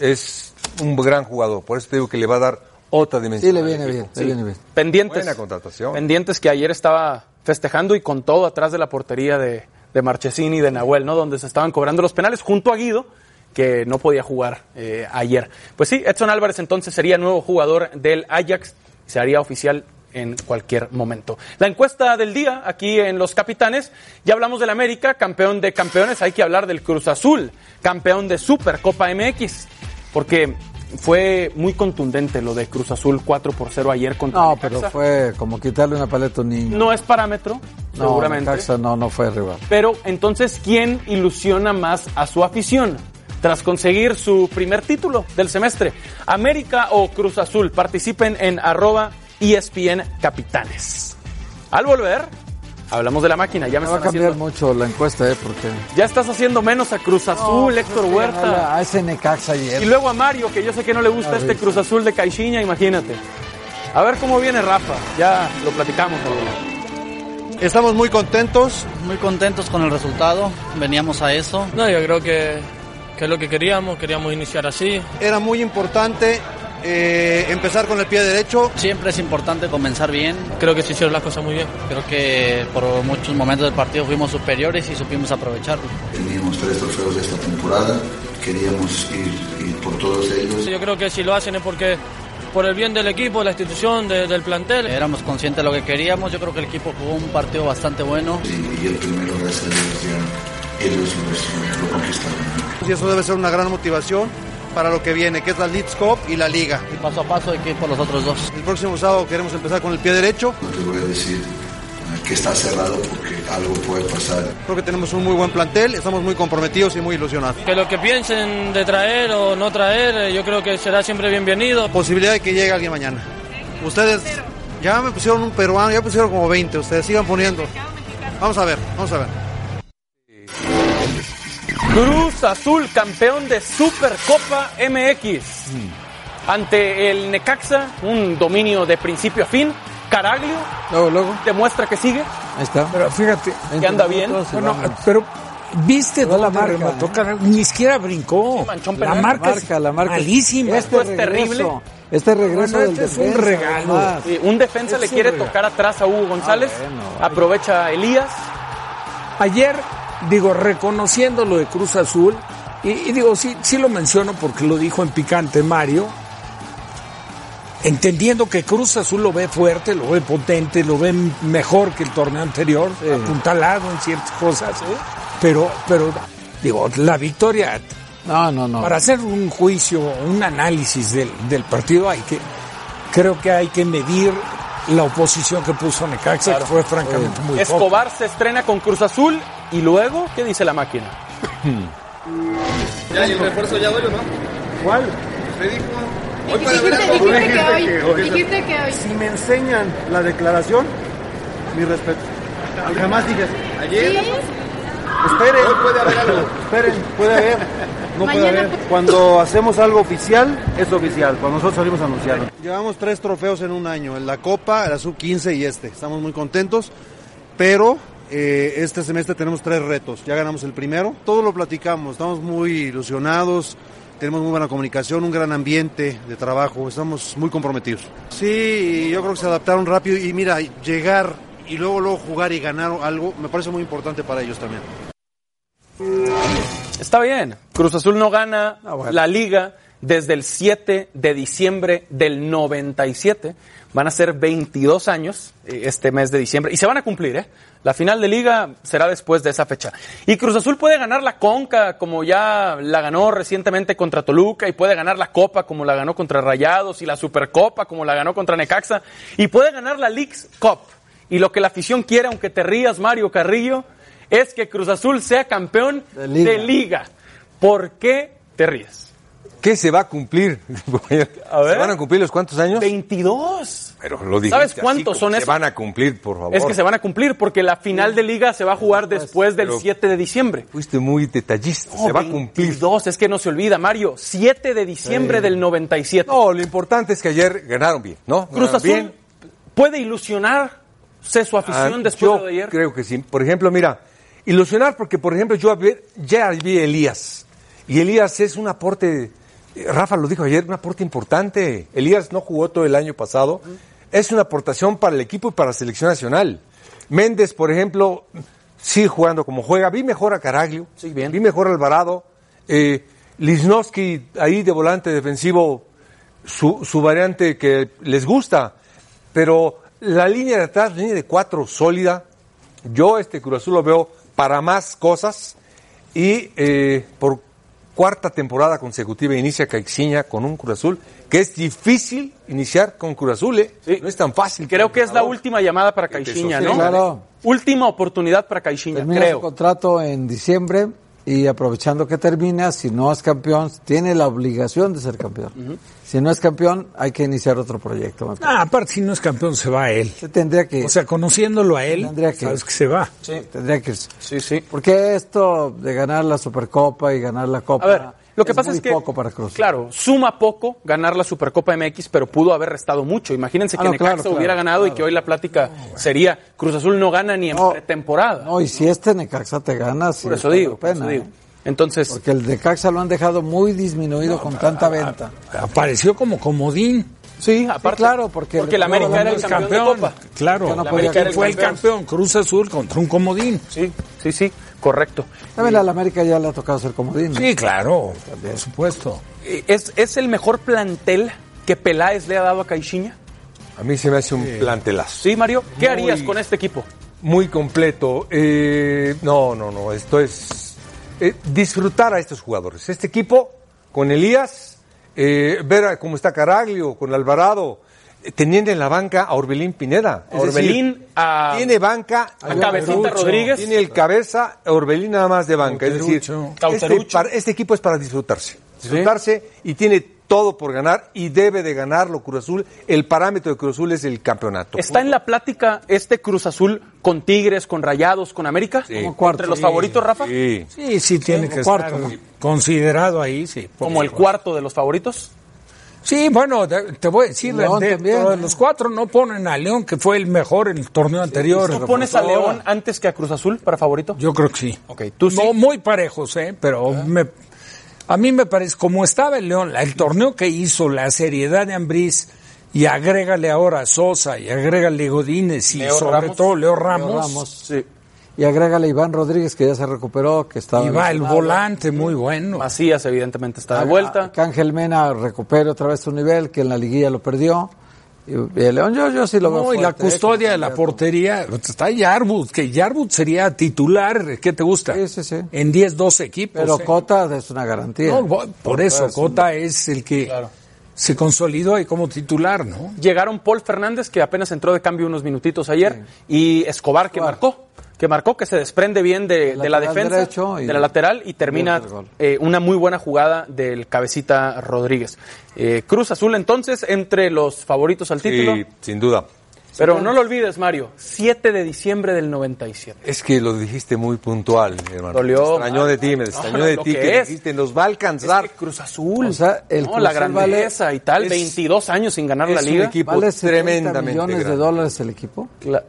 Speaker 8: Es un gran jugador, por eso te digo que le va a dar otra dimensión.
Speaker 7: Sí, le
Speaker 8: al
Speaker 7: viene
Speaker 8: equipo.
Speaker 7: bien, le viene bien.
Speaker 5: Pendientes.
Speaker 8: Buena contratación.
Speaker 5: Pendientes que ayer estaba festejando y con todo atrás de la portería de, de Marchesini y de Nahuel, ¿no? Donde se estaban cobrando los penales junto a Guido, que no podía jugar eh, ayer. Pues sí, Edson Álvarez entonces sería nuevo jugador del Ajax y se haría oficial en cualquier momento. La encuesta del día aquí en Los Capitanes, ya hablamos del América, campeón de campeones, hay que hablar del Cruz Azul, campeón de Supercopa MX, porque fue muy contundente lo de Cruz Azul 4 por 0 ayer contra
Speaker 7: No,
Speaker 5: Necaxa.
Speaker 7: pero fue como quitarle una paleta a un niño.
Speaker 5: No es parámetro,
Speaker 7: No,
Speaker 5: seguramente.
Speaker 7: Necaxa no, no fue rival.
Speaker 5: Pero entonces, ¿quién ilusiona más a su afición? Tras conseguir su primer título del semestre, América o Cruz Azul, participen en arroba E ESPN Capitanes. Al volver, hablamos de la máquina. Ya me
Speaker 7: Me va a
Speaker 5: están
Speaker 7: cambiar
Speaker 5: haciendo-
Speaker 7: mucho la encuesta, ¿eh? Porque...
Speaker 5: ya estás haciendo menos a Cruz Azul, Héctor Huerta.
Speaker 7: A Ah, ese Necaxa ayer.
Speaker 5: Y luego a Mario, que yo sé que no le gusta este Cruz Azul de Caixinha, imagínate. A ver cómo viene Rafa. Ya lo platicamos. ¿no?
Speaker 9: Estamos muy contentos, muy contentos con el resultado, veníamos a eso.
Speaker 10: No, yo creo que, que es lo que queríamos, queríamos iniciar así.
Speaker 9: Era muy importante eh, empezar con el pie derecho. Siempre es importante comenzar bien.
Speaker 10: Creo que se hicieron las cosas muy bien.
Speaker 9: Creo que por muchos momentos del partido fuimos superiores y supimos aprovecharlo.
Speaker 11: Teníamos tres trofeos de esta temporada, queríamos ir, ir por todos ellos.
Speaker 10: Yo creo que si lo hacen es porque por el bien del equipo, de la institución, de- del plantel.
Speaker 9: Éramos conscientes de lo que queríamos, yo creo que el equipo jugó un partido bastante bueno.
Speaker 11: Y, y el primero, gracias a Dios, ya ellos lo, lo conquistaron. ¿no?
Speaker 9: Y eso debe ser una gran motivación para lo que viene, que es la Leeds Cup y la Liga. Y paso a paso hay que ir por los otros dos. El próximo sábado queremos empezar con el pie derecho.
Speaker 11: No te voy a decir eh, que está cerrado porque algo puede pasar.
Speaker 9: Creo que tenemos un muy buen plantel, estamos muy comprometidos y muy ilusionados.
Speaker 10: Que lo que piensen de traer o no traer, eh, yo creo que será siempre bienvenido.
Speaker 9: Posibilidad de que llegue alguien mañana. Ustedes ya me pusieron un peruano, ya pusieron como 20, ustedes sigan poniendo. Vamos a ver, vamos a ver.
Speaker 5: Cruz Azul, campeón de Supercopa MX. Ante el Necaxa, un dominio de principio a fin. Caraglio
Speaker 7: Luego, luego.
Speaker 5: demuestra que sigue.
Speaker 7: Ahí está.
Speaker 6: Pero fíjate,
Speaker 5: que anda bien.
Speaker 7: Minutos y
Speaker 6: bueno,
Speaker 7: vámonos.
Speaker 6: Ah, pero viste
Speaker 7: Toda la
Speaker 6: dónde
Speaker 7: marca, ¿eh?
Speaker 6: remató
Speaker 7: ¿no?
Speaker 6: Carrera? ni siquiera brincó.
Speaker 5: Sí, manchó un
Speaker 6: la
Speaker 5: penal.
Speaker 6: marca, es
Speaker 7: marca, la marca.
Speaker 6: malísima.
Speaker 5: Esto es terrible.
Speaker 7: Este regreso
Speaker 6: Bueno,
Speaker 7: del
Speaker 6: este es
Speaker 7: defensa,
Speaker 6: un regalo.
Speaker 7: además.
Speaker 5: Eh, un defensa
Speaker 6: Es
Speaker 5: le quiere
Speaker 6: surreal.
Speaker 5: tocar atrás a
Speaker 9: Ah,
Speaker 5: Hugo González.
Speaker 7: bueno, vaya.
Speaker 5: Aprovecha a Elías.
Speaker 6: Ayer, digo, reconociendo lo de Cruz Azul, y, y digo, sí, sí lo menciono porque lo dijo en picante Mario, entendiendo que Cruz Azul lo ve fuerte, lo ve potente, lo ve mejor que el torneo anterior, apuntalado en ciertas cosas, ¿eh? pero, pero, digo, la victoria,
Speaker 7: No, no, no.
Speaker 6: para hacer un juicio, un análisis del, del partido, hay que, creo que hay que medir la oposición que puso Necaxa, que fue francamente muy poca.
Speaker 5: Escobar se estrena con Cruz Azul. Y luego, ¿qué dice la máquina?
Speaker 2: Si me enseñan la declaración, mi respeto. Jamás dije Ayer. Esperen. puede haber algo. Esperen, puede haber. No puede haber. Cuando hacemos algo oficial, es oficial. Cuando nosotros salimos a anunciarlo.
Speaker 9: Llevamos tres trofeos en un año, en la Copa, la Sub-15 y este. Estamos muy contentos, pero eh, este semestre tenemos tres retos. Ya ganamos el primero. Todo lo platicamos. Estamos muy ilusionados. Tenemos muy buena comunicación, un gran ambiente de trabajo. Estamos muy comprometidos. Sí, yo creo que se adaptaron rápido. Y mira, llegar y luego, luego jugar y ganar algo me parece muy importante para ellos también.
Speaker 5: Está bien. Cruz Azul no gana la liga desde el 7 de diciembre del 97. Van a ser 22 años eh, este mes de diciembre y se van a cumplir, ¿eh? La final de liga será después de esa fecha. Y Cruz Azul puede ganar la Conca como ya la ganó recientemente contra Toluca y puede ganar la Copa como la ganó contra Rayados y la Supercopa como la ganó contra Necaxa y puede ganar la Leagues Cup. Y lo que la afición quiere, aunque te rías Mario Carrillo, es que Cruz Azul sea campeón de liga. ¿Por qué te ríes?
Speaker 8: ¿Qué se va a cumplir? ¿Se van a cumplir los cuántos años?
Speaker 5: 22.
Speaker 8: Pero lo dijiste
Speaker 5: ¿Sabes
Speaker 8: así
Speaker 5: cuántos
Speaker 8: como
Speaker 5: son
Speaker 8: Se
Speaker 5: esos?
Speaker 8: van a cumplir, por favor.
Speaker 5: Es que se van a cumplir porque la final de liga se va a jugar después del
Speaker 8: pero-
Speaker 5: 7 de diciembre.
Speaker 8: Fuiste muy detallista.
Speaker 5: No,
Speaker 8: se va a cumplir.
Speaker 5: 22, es que no se olvida, Mario. 7 de diciembre
Speaker 8: Sí.
Speaker 5: del 97.
Speaker 8: No, lo importante es que ayer ganaron bien, ¿no?
Speaker 5: Cruz
Speaker 8: Ganaron
Speaker 5: Azul
Speaker 8: bien.
Speaker 5: puede ilusionarse su afición
Speaker 8: Ah,
Speaker 5: después
Speaker 8: yo
Speaker 5: de ayer.
Speaker 8: Creo que sí. Por ejemplo, mira, ilusionar porque, por ejemplo, yo había- ya vi a Elías. Y Elías es un aporte, eh, Rafa lo dijo ayer, un aporte importante. Elías no jugó todo el año pasado. Es una aportación para el equipo y para la selección nacional. Méndez, por ejemplo, sigue jugando como juega. Vi mejor a Caraglio. Vi mejor a Alvarado. Eh, Lisnowski ahí de volante defensivo, su, su variante que les gusta. Pero la línea de atrás, línea de cuatro sólida, yo este Cruz Azul lo veo para más cosas y eh, por cuarta temporada consecutiva inicia Caixinha con un Cruz Azul, que es difícil iniciar con Cruz Azul, ¿eh? no es tan fácil. Este,
Speaker 5: Creo que es la última llamada para Caixinha,
Speaker 7: sostiene,
Speaker 5: ¿no?
Speaker 7: claro.
Speaker 5: Última oportunidad para Caixinha,
Speaker 7: Termina su
Speaker 5: Pues creo.
Speaker 7: contrato en diciembre y aprovechando que termina, si no es campeón, tiene la obligación de ser campeón. Si no es campeón, hay que iniciar otro proyecto. me
Speaker 6: Ah, aparte, si no es campeón, se va a él.
Speaker 7: Tendría que.
Speaker 6: O sea, conociéndolo a él,
Speaker 7: Tendría que-
Speaker 6: sabes que se va.
Speaker 7: Tendría que irse.
Speaker 5: Sí, sí.
Speaker 7: Porque esto de ganar la Supercopa y ganar la Copa.
Speaker 5: A ver, lo que pasa
Speaker 7: Ah, muy
Speaker 5: es que-
Speaker 7: poco para Cruz.
Speaker 5: Claro, suma poco ganar la Supercopa MX, pero pudo haber restado mucho. Imagínense
Speaker 7: Ah,
Speaker 5: que
Speaker 7: no,
Speaker 5: Necaxa
Speaker 7: claro, claro,
Speaker 5: hubiera ganado y que hoy la plática sería Cruz Azul no gana ni en pretemporada.
Speaker 7: No, y si este Necaxa te gana, sí.
Speaker 5: Por eso
Speaker 7: vale
Speaker 5: digo,
Speaker 7: la
Speaker 5: por eso
Speaker 7: pena,
Speaker 5: digo.
Speaker 7: ¿eh?
Speaker 5: Entonces,
Speaker 7: Porque el Necaxa lo han dejado muy disminuido con tanta venta.
Speaker 6: Apareció como comodín.
Speaker 5: Sí, aparte.
Speaker 7: claro, porque,
Speaker 5: Porque la América era el campeón de Copa.
Speaker 6: Claro,
Speaker 5: Que no podía
Speaker 6: América
Speaker 5: ser el
Speaker 6: fue el
Speaker 5: campeón.
Speaker 6: campeón, Cruz Azul contra un comodín.
Speaker 5: Sí, sí, sí, correcto.
Speaker 7: También al América ya le ha tocado ser comodín. ¿no?
Speaker 6: Sí, claro, por supuesto.
Speaker 5: eh, ¿es, es el mejor plantel que Peláez le ha dado a Caixinha?
Speaker 8: A mí se me hace un plantelazo.
Speaker 5: Sí, Mario, ¿qué
Speaker 8: Muy-
Speaker 5: harías con este equipo?
Speaker 8: muy completo. Eh, no, no, no. Esto es eh, disfrutar a estos jugadores. Este equipo con Elías, eh, ver a cómo está Caraglio, con Alvarado, eh, teniendo en la banca a Orbelín Pineda. Es
Speaker 5: Orbelín,
Speaker 8: decir,
Speaker 5: a-
Speaker 8: tiene banca
Speaker 5: a Cabecita Rodríguez.
Speaker 8: Tiene el cabeza a Orbelín nada más de
Speaker 6: Cauterucho.
Speaker 8: banca. Es decir, este,
Speaker 5: Cauterucho.
Speaker 8: par- este equipo es para disfrutarse. Disfrutarse y tiene todo por ganar y debe de ganarlo Cruz Azul. El parámetro de Cruz Azul es el campeonato.
Speaker 5: ¿Está en la plática este Cruz Azul con Tigres, con Rayados, con América?
Speaker 8: Como
Speaker 6: cuarto.
Speaker 5: ¿Entre los
Speaker 6: Sí.
Speaker 5: favoritos, Rafa?
Speaker 8: Sí.
Speaker 6: Sí, sí, tiene
Speaker 5: Como
Speaker 6: que
Speaker 5: cuarto,
Speaker 6: estar
Speaker 5: ¿no?
Speaker 6: considerado ahí, sí. por
Speaker 5: ¿Como el
Speaker 6: supuesto.
Speaker 5: cuarto de los favoritos?
Speaker 6: Sí, bueno, te, te voy a decir,
Speaker 5: León
Speaker 6: de,
Speaker 5: también,
Speaker 6: todos
Speaker 5: ¿eh?
Speaker 6: los cuatro no ponen a León, que fue el mejor en el torneo anterior.
Speaker 5: ¿Tú pones a León antes que a Cruz Azul para favorito?
Speaker 6: Yo creo que sí.
Speaker 5: Ok, tú sí. Ah.
Speaker 6: No, muy parejos, ¿eh? Pero me- a mí me parece, como estaba el León, la- el torneo que hizo, la seriedad de Ambriz, y agrégale ahora a Sosa, y agrégale Godínez, y
Speaker 7: Leo
Speaker 6: sobre
Speaker 7: Ramos.
Speaker 6: todo
Speaker 7: Leo
Speaker 6: Leo Ramos,
Speaker 7: Ramos. Y agrégale a Iván Rodríguez, que ya se recuperó, que estaba.
Speaker 6: y va el
Speaker 7: lesionado.
Speaker 6: volante muy bueno.
Speaker 5: Macías, evidentemente, está de vuelta.
Speaker 7: Que Ángel Mena recupere otra vez su nivel, que en la liguilla lo perdió. Y, y el León, yo, yo sí lo veo.
Speaker 6: No, y la
Speaker 7: fuerte, ¿eh?
Speaker 6: custodia de la portería, está Yarbut, que Yarbut sería titular, ¿qué te gusta? En 10, 12 equipos.
Speaker 7: Pero
Speaker 6: ¿eh?
Speaker 7: Cota es una garantía.
Speaker 6: No, bo- por eso,
Speaker 7: Cota
Speaker 6: Cota es el que se consolidó ahí como titular, ¿no?
Speaker 5: Llegaron Paul Fernández, que apenas entró de cambio unos minutitos ayer, y Escobar, que marcó. Que marcó, que se desprende bien de, de la
Speaker 7: lateral
Speaker 5: defensa,
Speaker 7: derecho y-
Speaker 5: de la lateral, y termina
Speaker 7: Mete el gol.
Speaker 5: eh, una muy buena jugada del cabecita Rodríguez. Eh, Cruz Azul, entonces, entre los favoritos al título.
Speaker 8: Sí, sin duda.
Speaker 5: Pero no lo olvides, Mario, 7 de diciembre del 97.
Speaker 8: Es que lo dijiste muy puntual, hermano.
Speaker 5: Dolió.
Speaker 8: Me extrañó de ti, me extrañó
Speaker 5: no,
Speaker 8: de
Speaker 5: Ah, lo
Speaker 8: ti
Speaker 5: que
Speaker 8: que,
Speaker 5: es.
Speaker 8: dijiste, nos va a alcanzar.
Speaker 5: Cruz Azul.
Speaker 7: O sea, el
Speaker 5: No,
Speaker 7: Cruz
Speaker 5: la
Speaker 7: Azul vale-
Speaker 5: grandeza y tal,
Speaker 7: es-
Speaker 5: 22 años sin ganar la
Speaker 7: es un
Speaker 5: liga.
Speaker 7: equipo Vale 70 tremendamente millones de grande. dólares el equipo?
Speaker 5: Cla-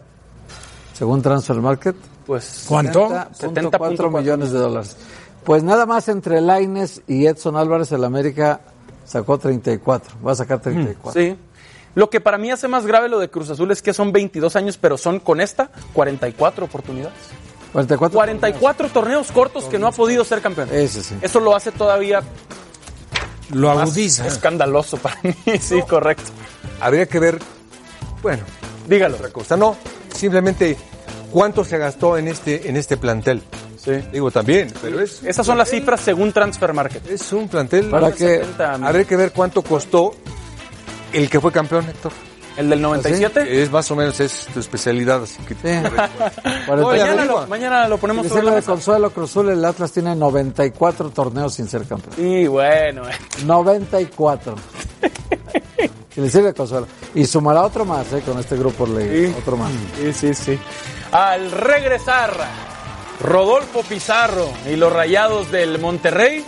Speaker 7: Según Transfer Market.
Speaker 5: Pues
Speaker 6: ¿Cuánto?
Speaker 7: 70.4 millones de dólares. Pues nada más entre Laines y Edson Álvarez, el América sacó 34. Va a sacar 34.
Speaker 5: Sí. Lo que para mí hace más grave lo de Cruz Azul es que son 22 años, pero son con esta 44 oportunidades.
Speaker 6: Mm,
Speaker 7: 44.
Speaker 5: 44 torneos cortos que no ha podido ser campeón.
Speaker 7: Ese sí.
Speaker 5: Eso lo hace todavía
Speaker 6: Lo
Speaker 5: más
Speaker 6: agudiza.
Speaker 5: escandaloso para mí. Sí, correcto.
Speaker 8: Habría que ver, bueno,
Speaker 5: dígalo.
Speaker 8: Otra cosa, no, simplemente cuánto se gastó en este, en este plantel.
Speaker 5: Sí.
Speaker 8: Digo también, pero es,
Speaker 5: Esas son las cifras según Transfer Market.
Speaker 8: es un plantel.
Speaker 7: Para que-
Speaker 5: 70 millones.
Speaker 8: Habría que ver cuánto costó el que fue campeón, Héctor.
Speaker 5: El del 97.
Speaker 8: Es más o menos es tu especialidad, así que
Speaker 7: Sí.
Speaker 5: Mañana
Speaker 7: 44.
Speaker 5: lo, mañana lo ponemos
Speaker 7: Y
Speaker 5: sobre
Speaker 7: decirle
Speaker 5: la
Speaker 7: de
Speaker 5: mesa.
Speaker 7: consuelo, Cruzul, el Atlas tiene 94 torneos sin ser campeón.
Speaker 5: Y bueno, eh.
Speaker 7: 94. Si le sirve de consuelo. Y sumará otro más, ¿eh? Con este grupo le
Speaker 5: Sí.
Speaker 7: otro más.
Speaker 5: Sí, sí, sí. Al regresar, Rodolfo Pizarro y los rayados del Monterrey,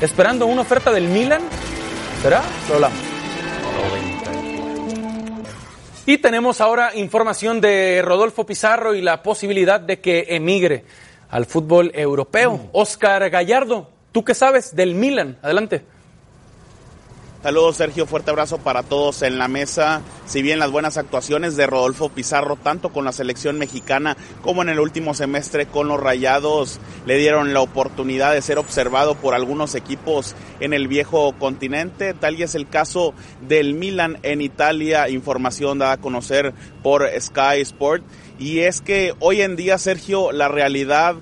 Speaker 5: esperando una oferta del Milan. ¿Será? Lo hablamos. Y tenemos ahora información de Rodolfo Pizarro y la posibilidad de que emigre al fútbol europeo. Oscar Gallardo, ¿tú qué sabes del Milan? Adelante.
Speaker 12: Saludos Sergio, fuerte abrazo para todos en la mesa. Si bien las buenas actuaciones de Rodolfo Pizarro, tanto con la selección mexicana como en el último semestre con los Rayados, le dieron la oportunidad de ser observado por algunos equipos en el viejo continente. Tal y es el caso del Milan en Italia, información dada a conocer por Sky Sport. Y es que hoy en día, Sergio, la realidad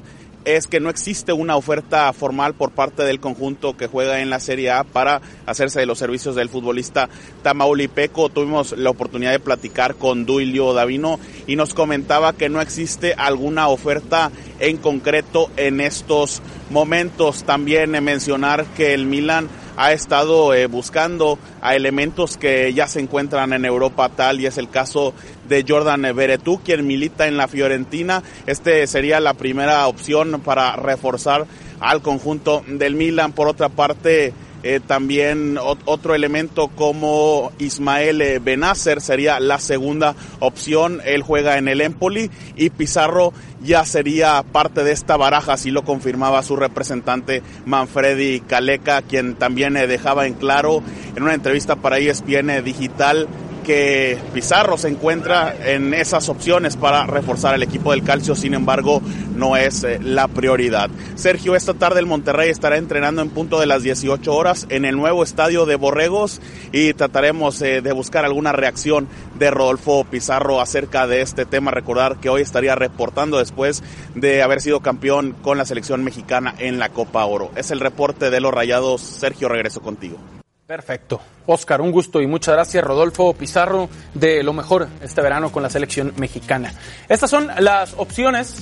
Speaker 12: es que no existe una oferta formal por parte del conjunto que juega en la Serie A para hacerse de los servicios del futbolista tamaulipeco. Tuvimos la oportunidad de platicar con Duilio Davino y nos comentaba que no existe alguna oferta en concreto en estos momentos. También eh, mencionar que el Milan ha estado eh, buscando a elementos que ya se encuentran en Europa, tal y es el caso de Jordan Veretú, quien milita en la Fiorentina. Este sería la primera opción para reforzar al conjunto del Milan. Por otra parte, eh, también ot- otro elemento como Ismael eh, Benacer sería la segunda opción. Él juega en el Empoli y Pizarro ya sería parte de esta baraja, así lo confirmaba su representante Manfredi Caleca, quien también eh, dejaba en claro en una entrevista para E ESPN Digital que Pizarro se encuentra en esas opciones para reforzar el equipo del calcio, sin embargo, no es eh, la prioridad. Sergio, esta tarde el Monterrey estará entrenando en punto de las 18 horas en el nuevo estadio de Borregos y trataremos eh, de buscar alguna reacción de Rodolfo Pizarro acerca de este tema. Recordar que hoy estaría reportando después de haber sido campeón con la selección mexicana en la Copa Oro. Es el reporte de los rayados. Sergio, regreso contigo.
Speaker 5: Perfecto. Oscar, un gusto y muchas gracias, Rodolfo Pizarro, de lo mejor este verano con la selección mexicana. Estas son las opciones.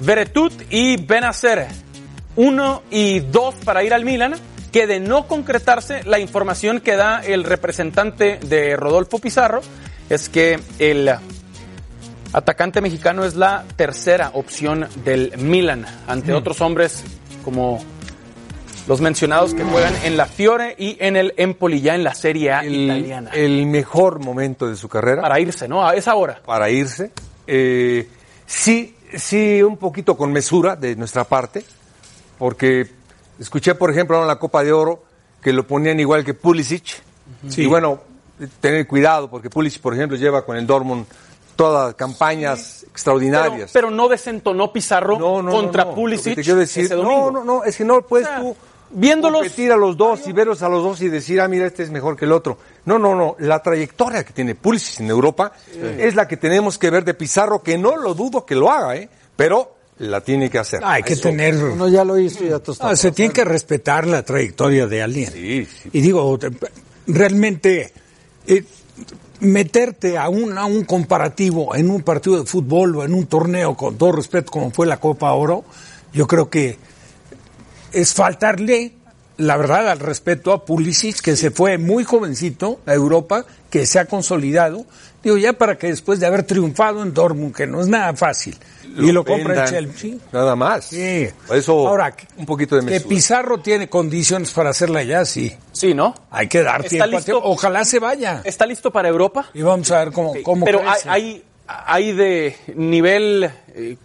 Speaker 5: Beretut y Benacer, uno y dos para ir al Milan, que de no concretarse, la información que da el representante de Rodolfo Pizarro es que el atacante mexicano es la tercera opción del Milan,
Speaker 8: Mm.
Speaker 5: ante otros hombres como los mencionados que juegan en la Fiore y en el Empoli, ya en la Serie A
Speaker 8: el,
Speaker 5: italiana.
Speaker 8: el mejor momento de su carrera para,
Speaker 5: para irse, ¿no? A esa hora.
Speaker 8: irse. Eh, sí, sí, un poquito con mesura de nuestra parte, porque escuché, por ejemplo, ahora en la Copa de Oro que lo ponían igual que Pulisic.
Speaker 6: Sí.
Speaker 8: Y bueno, eh, tener cuidado, porque Pulisic, por ejemplo, lleva con el Dortmund todas campañas
Speaker 5: Pero,
Speaker 8: extraordinarias.
Speaker 5: pero no desentonó Pizarro contra Pulisic
Speaker 8: Lo que te quiero decir,
Speaker 5: ese domingo.
Speaker 8: no, no, no, es que no puedes
Speaker 5: O sea,
Speaker 8: tú
Speaker 5: viéndolos-
Speaker 8: competir a los dos y verlos a los dos y decir, ah, mira, este es mejor que el otro. No, no, no, la trayectoria que tiene Pulisic en Europa es la que tenemos que ver de Pizarro, que no lo dudo que lo haga, ¿eh? Pero la tiene que hacer.
Speaker 6: Ah, hay que
Speaker 8: Eso-
Speaker 6: tener.
Speaker 7: Uno ya lo hizo y ya tú
Speaker 6: Ah,
Speaker 7: estás.
Speaker 6: se tiene que respetar la trayectoria de alguien.
Speaker 8: Sí, sí.
Speaker 6: Y digo, te- realmente eh, meterte a un, a un comparativo en un partido de fútbol o en un torneo, con todo respeto, como fue la Copa Oro, yo creo que es faltarle, la verdad, al respeto a Pulisic, que se fue muy jovencito a Europa, que se ha consolidado. Digo, ya para que después de haber triunfado en Dortmund, que no es nada fácil, y lo compra el
Speaker 8: vendan,
Speaker 6: Chelsea.
Speaker 8: Nada más.
Speaker 6: Sí.
Speaker 8: Por Eso,
Speaker 6: Ahora,
Speaker 8: un poquito de
Speaker 6: Que
Speaker 8: mesura.
Speaker 6: Pizarro tiene condiciones para hacerla ya, sí.
Speaker 5: Sí, ¿no?
Speaker 6: Hay que dar
Speaker 5: ¿Está
Speaker 6: tiempo. a
Speaker 5: listo?
Speaker 6: tiempo. Ojalá se vaya.
Speaker 5: ¿Está listo para Europa?
Speaker 6: Y vamos a ver cómo, cómo
Speaker 5: Pero hay,
Speaker 6: crece.
Speaker 5: hay, hay de nivel eh,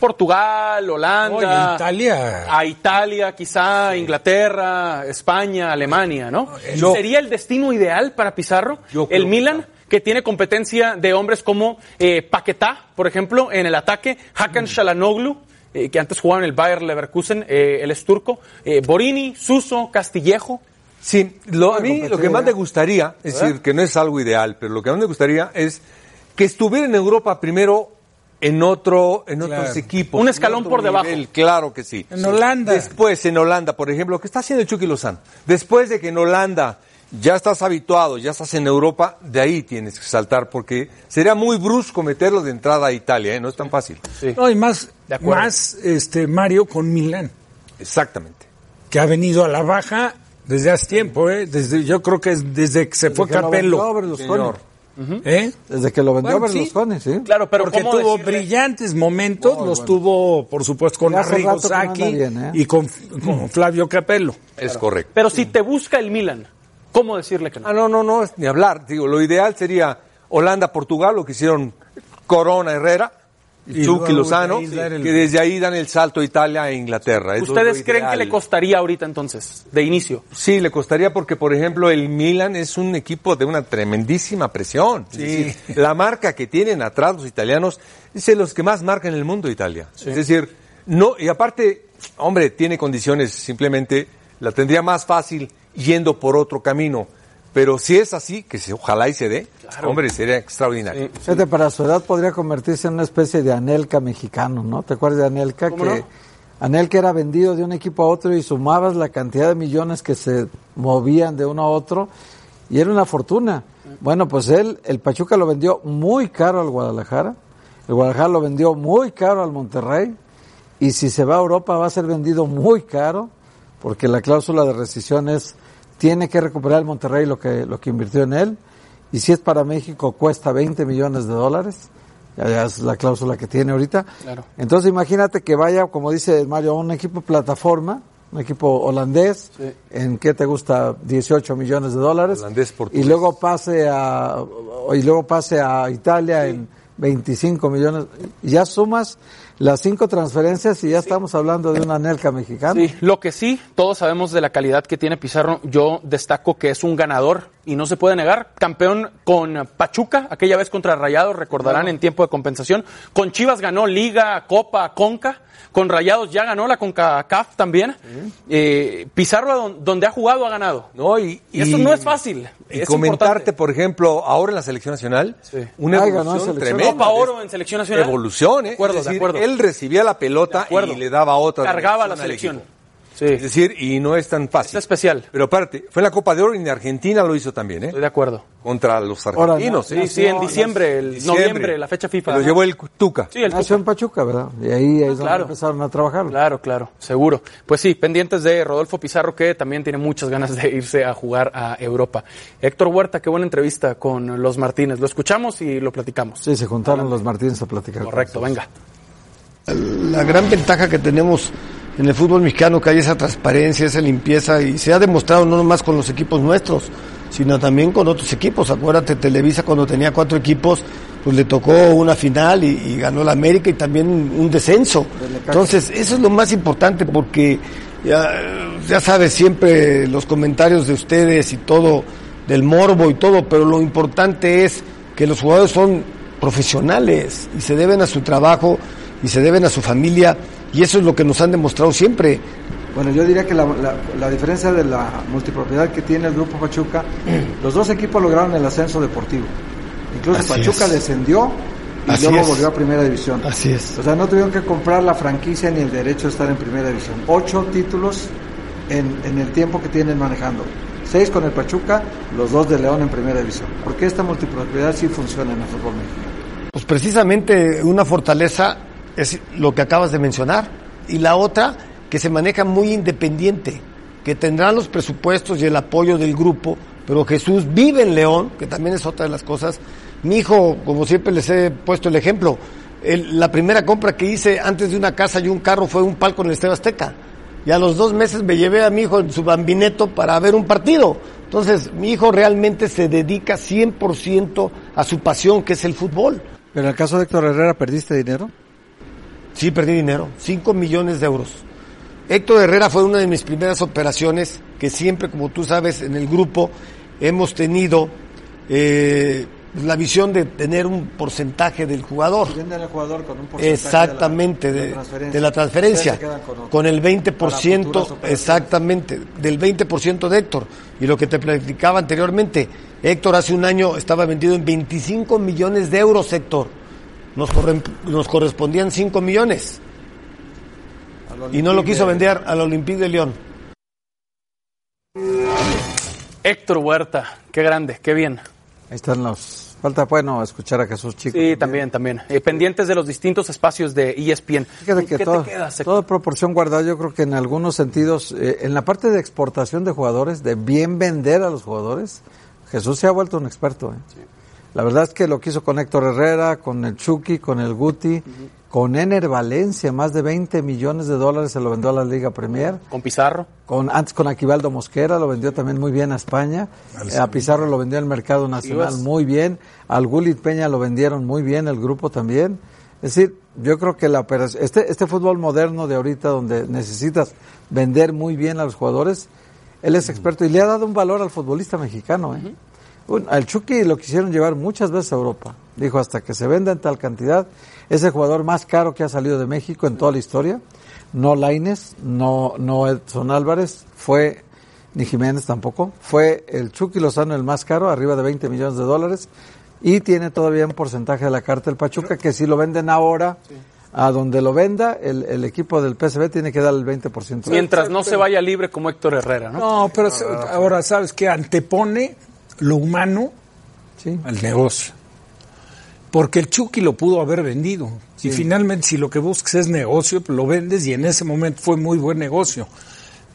Speaker 5: Portugal, Holanda,
Speaker 6: Oye, Italia.
Speaker 5: a Italia, quizá Inglaterra, España, Alemania, ¿no?
Speaker 6: Yo-
Speaker 5: ¿Sería el destino ideal para Pizarro?
Speaker 6: creo
Speaker 5: el
Speaker 6: que
Speaker 5: Milan, que tiene competencia de hombres como eh, Paquetá, por ejemplo, en el ataque, Hakan Shalanoglu, eh, que antes jugaba en el Bayer Leverkusen, eh, él es turco, eh, Borini, Suso, Castillejo.
Speaker 8: Sí, Lo, a
Speaker 6: pues
Speaker 8: mí lo que más me gustaría, es
Speaker 5: ¿Verdad?
Speaker 8: decir, que no es algo ideal, pero lo que más me gustaría es que estuviera en Europa primero en otro en otros
Speaker 5: Claro.
Speaker 8: equipos.
Speaker 5: Un
Speaker 8: en
Speaker 5: escalón
Speaker 8: otro
Speaker 5: por debajo.
Speaker 8: Claro que sí.
Speaker 6: En Holanda.
Speaker 8: Después, en Holanda, por ejemplo, lo que está haciendo el Chucky Lozano. Después de que en Holanda ya estás habituado, ya estás en Europa, de ahí tienes que saltar, porque sería muy brusco meterlo de entrada a Italia, ¿eh? no es tan fácil.
Speaker 6: No, y más,
Speaker 8: acuerdo.
Speaker 6: más este, Mario con Milán.
Speaker 8: Exactamente.
Speaker 6: Que ha venido a la baja desde hace tiempo, ¿eh? Desde, yo creo que es desde que se fue
Speaker 7: que lo
Speaker 6: Capello.
Speaker 7: vendió Berlusconi.
Speaker 6: Señor. ¿Eh?
Speaker 7: Desde que lo vendió
Speaker 6: Bueno, sí.
Speaker 7: Berlusconi, sí.
Speaker 5: Claro, pero
Speaker 6: Porque
Speaker 5: ¿cómo
Speaker 6: tuvo
Speaker 5: decirle?
Speaker 6: brillantes momentos,
Speaker 7: Muy
Speaker 6: los
Speaker 7: bueno.
Speaker 6: tuvo, por supuesto, con
Speaker 7: Ya hace
Speaker 6: Arrigo
Speaker 7: rato que no anda
Speaker 6: Sacchi
Speaker 7: bien, ¿eh?
Speaker 6: y con, con Flavio Capello.
Speaker 8: Es correcto.
Speaker 5: Pero si te busca el Milan, ¿cómo decirle que no?
Speaker 8: Ah, no, no, no, es ni hablar. Digo, lo ideal sería Holanda-Portugal, lo que hicieron Corona, Herrera y,
Speaker 5: Y
Speaker 8: Chucky
Speaker 5: luego
Speaker 8: Lozano,
Speaker 5: de ahí dar el-
Speaker 8: que desde ahí dan el salto a Italia e Inglaterra. Eso es lo
Speaker 5: ¿Ustedes creen que
Speaker 8: ideal.
Speaker 5: le costaría ahorita entonces, de inicio?
Speaker 8: Sí, le costaría porque, por ejemplo, el Milan es un equipo de una tremendísima presión. Es decir, la marca que tienen atrás los italianos es de los que más marcan en el mundo Italia. Es decir, no, y aparte, hombre, tiene condiciones, simplemente la tendría más fácil yendo por otro camino. Pero si es así, que se, ojalá y se dé, hombre, sería extraordinario.
Speaker 5: eh,
Speaker 7: Fíjate, para su edad podría convertirse en una especie de Anelka mexicano, ¿no? ¿Te acuerdas de Anelka?
Speaker 5: ¿Cómo
Speaker 7: que
Speaker 5: no?
Speaker 7: Anelka era vendido de un equipo a otro y sumabas la cantidad de millones que se movían de uno a otro y era una fortuna. Bueno, pues él, el Pachuca lo vendió muy caro al Guadalajara, el Guadalajara lo vendió muy caro al Monterrey y si se va a Europa va a ser vendido muy caro porque la cláusula de rescisión es tiene que recuperar el Monterrey lo que lo que invirtió en él y si es para México cuesta 20 millones de dólares ya, ya es la cláusula que tiene ahorita
Speaker 5: Claro.
Speaker 7: entonces imagínate que vaya como dice Mario a un equipo plataforma un equipo holandés
Speaker 5: Sí.
Speaker 7: en qué te gusta 18 millones de dólares
Speaker 8: Holandés,
Speaker 7: y
Speaker 8: portugués.
Speaker 7: luego pase a y luego pase a Italia en 25 millones y ya sumas las cinco transferencias y ya estamos hablando de una anelca mexicana
Speaker 5: Sí, lo que sí, todos sabemos de la calidad que tiene Pizarro. Yo destaco que es un ganador y no se puede negar. Campeón con Pachuca, aquella vez contra Rayados, recordarán en tiempo de compensación. Con Chivas ganó Liga, Copa, Conca. Con Rayados ya ganó la CONCACAF también. Eh, Pizarro, don- donde ha jugado, ha ganado.
Speaker 8: No, y,
Speaker 5: Y eso
Speaker 8: y-
Speaker 5: no es fácil.
Speaker 8: Y
Speaker 5: Es
Speaker 8: comentarte, por ejemplo, ahora en la selección nacional, una
Speaker 5: Ay, ganó
Speaker 8: evolución
Speaker 5: selección.
Speaker 8: tremenda.
Speaker 5: Copa Oro en selección nacional.
Speaker 8: Evolución, ¿eh?
Speaker 5: De acuerdo,
Speaker 8: Es decir,
Speaker 5: de acuerdo.
Speaker 8: Él recibía la pelota y le daba otra.
Speaker 5: Cargaba la
Speaker 8: dirección al
Speaker 5: selección.
Speaker 8: equipo. Es decir, y no es tan fácil. Es
Speaker 5: especial.
Speaker 8: Pero aparte, fue en la Copa de Oro y en Argentina lo hizo también, ¿eh? Estoy
Speaker 5: de acuerdo.
Speaker 8: Contra los
Speaker 7: Ahora,
Speaker 8: argentinos,
Speaker 7: na-
Speaker 5: Sí, sí, en diciembre, el
Speaker 8: Diciembre.
Speaker 5: noviembre, la fecha FIFA.
Speaker 8: Lo llevó el Tuca.
Speaker 5: Sí, el
Speaker 7: nació en Pachuca verdad y ahí es donde
Speaker 5: claro.
Speaker 7: empezaron a trabajar
Speaker 5: Claro, claro, seguro. Pues sí, pendientes de Rodolfo Pizarro, que también tiene muchas ganas de irse a jugar a Europa. Héctor Huerta, qué buena entrevista con los Martínez. Lo escuchamos y lo platicamos.
Speaker 7: sí se juntaron los Martínez a platicar
Speaker 5: Correcto, venga.
Speaker 13: La gran ventaja que tenemos en el fútbol mexicano que hay esa transparencia, esa limpieza y se ha demostrado no nomás con los equipos nuestros, sino también con otros equipos. Acuérdate, Televisa cuando tenía cuatro equipos, pues le tocó una final y, y ganó la América y también un descenso. Entonces, eso es lo más importante porque ya, ya sabes siempre los comentarios de ustedes y todo del morbo y todo, pero lo importante es que los jugadores son profesionales y se deben a su trabajo y se deben a su familia y eso es lo que nos han demostrado siempre.
Speaker 7: Bueno, yo diría que la, la- la diferencia de la multipropiedad que tiene el Grupo Pachuca,
Speaker 13: Mm.
Speaker 7: los dos equipos lograron el ascenso deportivo. Incluso
Speaker 13: Así
Speaker 7: Pachuca
Speaker 13: es.
Speaker 7: descendió y
Speaker 13: Así
Speaker 7: luego
Speaker 13: es.
Speaker 7: volvió a Primera División.
Speaker 13: Así es.
Speaker 7: O sea, no tuvieron que comprar la franquicia ni el derecho de estar en Primera División. Ocho títulos en, en el tiempo que tienen manejando. Seis con el Pachuca, los dos de León en Primera División. Porque esta multipropiedad sí funciona en el fútbol mexicano.
Speaker 13: Pues precisamente una fortaleza es lo que acabas de mencionar y la otra que se maneja muy independiente, que tendrán los presupuestos y el apoyo del grupo, pero Jesús vive en León, que también es otra de las cosas. Mi hijo, como siempre les he puesto el ejemplo, el- la primera compra que hice antes de una casa y un carro fue un palco en el Estadio Azteca. Y a los dos meses me llevé a mi hijo en su bambineto para ver un partido. Entonces, mi hijo realmente se dedica 100% a su pasión, que es el fútbol.
Speaker 7: Pero en el caso de Héctor Herrera, ¿perdiste dinero?
Speaker 13: Sí, perdí dinero, 5 millones de euros. Héctor Herrera fue una de mis primeras operaciones que siempre, como tú sabes, en el grupo hemos tenido eh, la visión de tener un porcentaje del jugador.
Speaker 2: Vender al jugador con un porcentaje.
Speaker 13: Exactamente, de,
Speaker 2: de la transferencia.
Speaker 13: de la transferencia.
Speaker 2: Ustedes se quedan con otro.
Speaker 13: Con el
Speaker 2: Para futuras
Speaker 13: 20%,
Speaker 2: operaciones.
Speaker 13: exactamente, del 20% de Héctor. Y lo que te platicaba anteriormente, Héctor hace un año estaba vendido en 25 millones de euros, Héctor. Nos, corren- nos correspondían 5 millones. Y no lo quiso vender al Olympique de León.
Speaker 5: Héctor Huerta, qué grande, qué bien.
Speaker 7: Ahí están los. Falta, bueno, escuchar a Jesús Chico.
Speaker 5: Sí, también, también. Eh, pendientes de los distintos espacios de E ESPN.
Speaker 7: Fíjate que
Speaker 5: ¿Qué
Speaker 7: todo,
Speaker 5: te quedas?
Speaker 7: todo proporción guardada, yo creo que en algunos sentidos, eh, en la parte de exportación de jugadores, de bien vender a los jugadores, Jesús se ha vuelto un experto. ¿eh? La verdad es que lo que hizo con Héctor Herrera, con el Chucky, con el Guti, con Ener Valencia, más de 20 millones de dólares se lo vendió a la Liga Premier.
Speaker 5: Con Pizarro.
Speaker 7: Con, antes con Aquivaldo Mosquera, lo vendió también muy bien a España.
Speaker 5: Al
Speaker 7: Eh, a Pizarro lo vendió al mercado nacional
Speaker 5: Chivas.
Speaker 7: muy bien. Al Gulit Peña lo vendieron muy bien, el grupo también. Es decir, yo creo que la operación- este, este fútbol moderno de ahorita donde necesitas vender muy bien a los jugadores, él es experto y le ha dado un valor al futbolista mexicano. ¿eh? Un- al Chucky lo quisieron llevar muchas veces a Europa. Dijo, hasta que se venda en tal cantidad, es el jugador más caro que ha salido de México en toda la historia. No Laines, no, no Edson Álvarez, fue ni Jiménez tampoco. Fue el Chucky Lozano el más caro, arriba de 20 millones de dólares. Y tiene todavía un porcentaje de la carta del Pachuca, que si lo venden ahora, a donde lo venda, el, el equipo del PSV tiene que dar el 20%.
Speaker 5: Mientras no se vaya libre como Héctor Herrera, ¿no?
Speaker 6: No, pero se- ahora sabes que antepone lo humano al negocio. Porque el Chucky lo pudo haber vendido. Y finalmente, si lo que buscas es negocio, pues lo vendes y en ese momento fue muy buen negocio.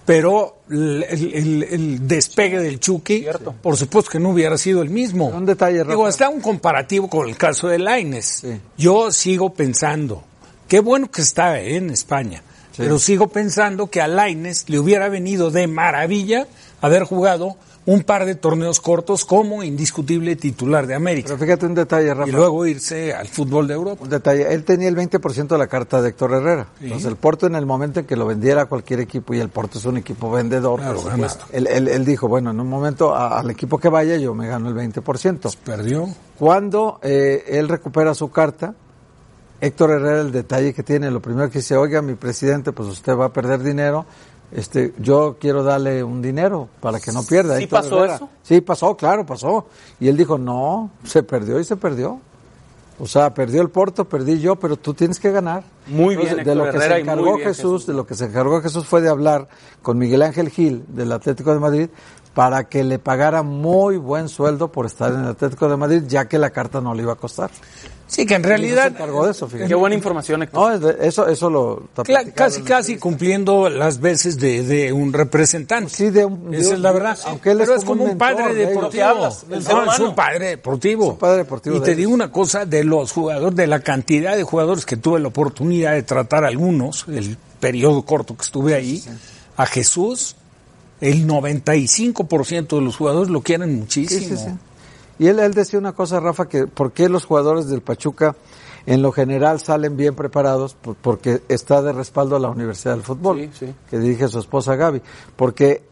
Speaker 6: Pero el, el- el- el despegue del Chucky, por supuesto que no hubiera sido el mismo. Un
Speaker 7: detalle,
Speaker 6: Digo, hasta un comparativo con el caso de Laines. Yo sigo pensando, qué bueno que está eh, en España, pero sigo pensando que a Laines le hubiera venido de maravilla haber jugado un par de torneos cortos como indiscutible titular de América. Pero
Speaker 7: fíjate un detalle, Rafa.
Speaker 6: Y luego irse al fútbol de Europa.
Speaker 7: Un detalle, él tenía el 20% de la carta de Héctor Herrera.
Speaker 6: Sí.
Speaker 7: Entonces el Porto en el momento en que lo vendiera a cualquier equipo, y el Porto es un equipo vendedor,
Speaker 6: Claro,
Speaker 7: por
Speaker 6: gana.
Speaker 7: supuesto. Él, él- él dijo, bueno, en un momento a- al equipo que vaya yo me gano el 20%.
Speaker 6: perdió.
Speaker 7: Cuando eh, él recupera su carta, Héctor Herrera el detalle que tiene, lo primero que dice, oiga, mi presidente, pues usted va a perder dinero, este, yo quiero darle un dinero para que no pierda.
Speaker 5: ¿Sí
Speaker 7: Héctor
Speaker 5: pasó
Speaker 7: Herrera.
Speaker 5: eso?
Speaker 7: Sí, pasó, claro, pasó. Y él dijo, no, se perdió y se perdió. O sea, perdió el Porto, perdí yo, pero tú tienes que ganar.
Speaker 5: Muy bien,
Speaker 7: de
Speaker 5: Héctor
Speaker 7: lo que
Speaker 5: Herrera,
Speaker 7: se
Speaker 5: y muy
Speaker 7: encargó
Speaker 5: bien,
Speaker 7: Jesús, de lo que se encargó Jesús fue de hablar con Miguel Ángel Gil del Atlético de Madrid para que le pagara muy buen sueldo por estar en el Atlético de Madrid, ya que la carta no le iba a costar.
Speaker 6: Sí, que en
Speaker 7: Y Jesús
Speaker 6: realidad-
Speaker 7: se encargó de eso, fíjate.
Speaker 6: Qué buena
Speaker 5: información,
Speaker 7: No, es de- eso, eso lo. está
Speaker 6: Cla-
Speaker 7: platicado
Speaker 6: casi, casi cumpliendo las veces de, de un representante. Sí,
Speaker 7: de
Speaker 6: Esa
Speaker 7: de-
Speaker 6: es la verdad.
Speaker 7: aunque él
Speaker 6: Pero
Speaker 7: es
Speaker 6: es
Speaker 7: como
Speaker 6: como
Speaker 7: un
Speaker 6: un
Speaker 7: mentor
Speaker 6: padre
Speaker 7: de ellos. ¿De qué
Speaker 6: deportivo.
Speaker 7: hablas? Del
Speaker 6: Es
Speaker 7: ser
Speaker 6: un- es
Speaker 7: humano.
Speaker 6: un padre deportivo.
Speaker 7: padre deportivo
Speaker 6: Y
Speaker 7: de
Speaker 6: te
Speaker 7: ellos.
Speaker 6: digo una cosa de los jugadores, de la cantidad de jugadores que tuve la oportunidad de tratar algunos, el periodo corto que estuve ahí, a Jesús, el 95% de los jugadores lo quieren
Speaker 7: Sí,
Speaker 6: muchísimo.
Speaker 7: sí, sí. Y él, él decía una cosa, Rafa, que por qué los jugadores del Pachuca en lo general salen bien preparados, Por- porque está de respaldo a la Universidad del Fútbol, que dirige su esposa Gaby. Porque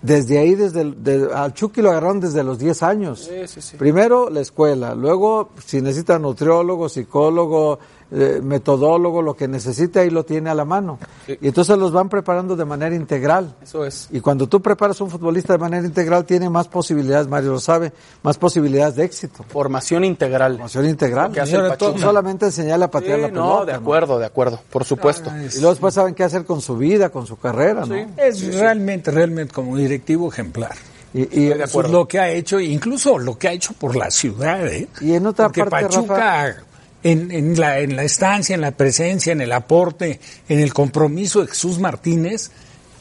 Speaker 7: desde ahí, desde el- de- al Chucky lo agarraron desde los 10 años. Primero la escuela, luego si necesita nutriólogo, psicólogo, eh, metodólogo, lo que necesite, ahí lo tiene a la mano.
Speaker 5: Sí.
Speaker 7: Y entonces los van preparando de manera integral.
Speaker 5: Eso es.
Speaker 7: Y cuando tú preparas un futbolista de manera integral, tiene más posibilidades, Mario lo sabe, más posibilidades de éxito.
Speaker 5: Formación integral.
Speaker 7: Formación pues integral.
Speaker 5: Lo que hace el
Speaker 7: Sobre todo,
Speaker 5: Pachuca.
Speaker 7: solamente enseñarle a patear
Speaker 5: Sí,
Speaker 7: la pelota.
Speaker 5: no, de acuerdo, de acuerdo, por supuesto.
Speaker 7: Y luego después saben qué hacer con su vida, con su carrera, ¿no?
Speaker 6: Es realmente, realmente como directivo ejemplar.
Speaker 7: Y,
Speaker 6: eso es lo que ha hecho, incluso lo que ha hecho por la ciudad. ¿eh?
Speaker 7: Y en otra
Speaker 6: Porque
Speaker 7: parte,
Speaker 6: Pachuca,
Speaker 7: Rafa-
Speaker 6: en, en la, en la estancia, en la presencia, en el aporte, en el compromiso de Jesús Martínez,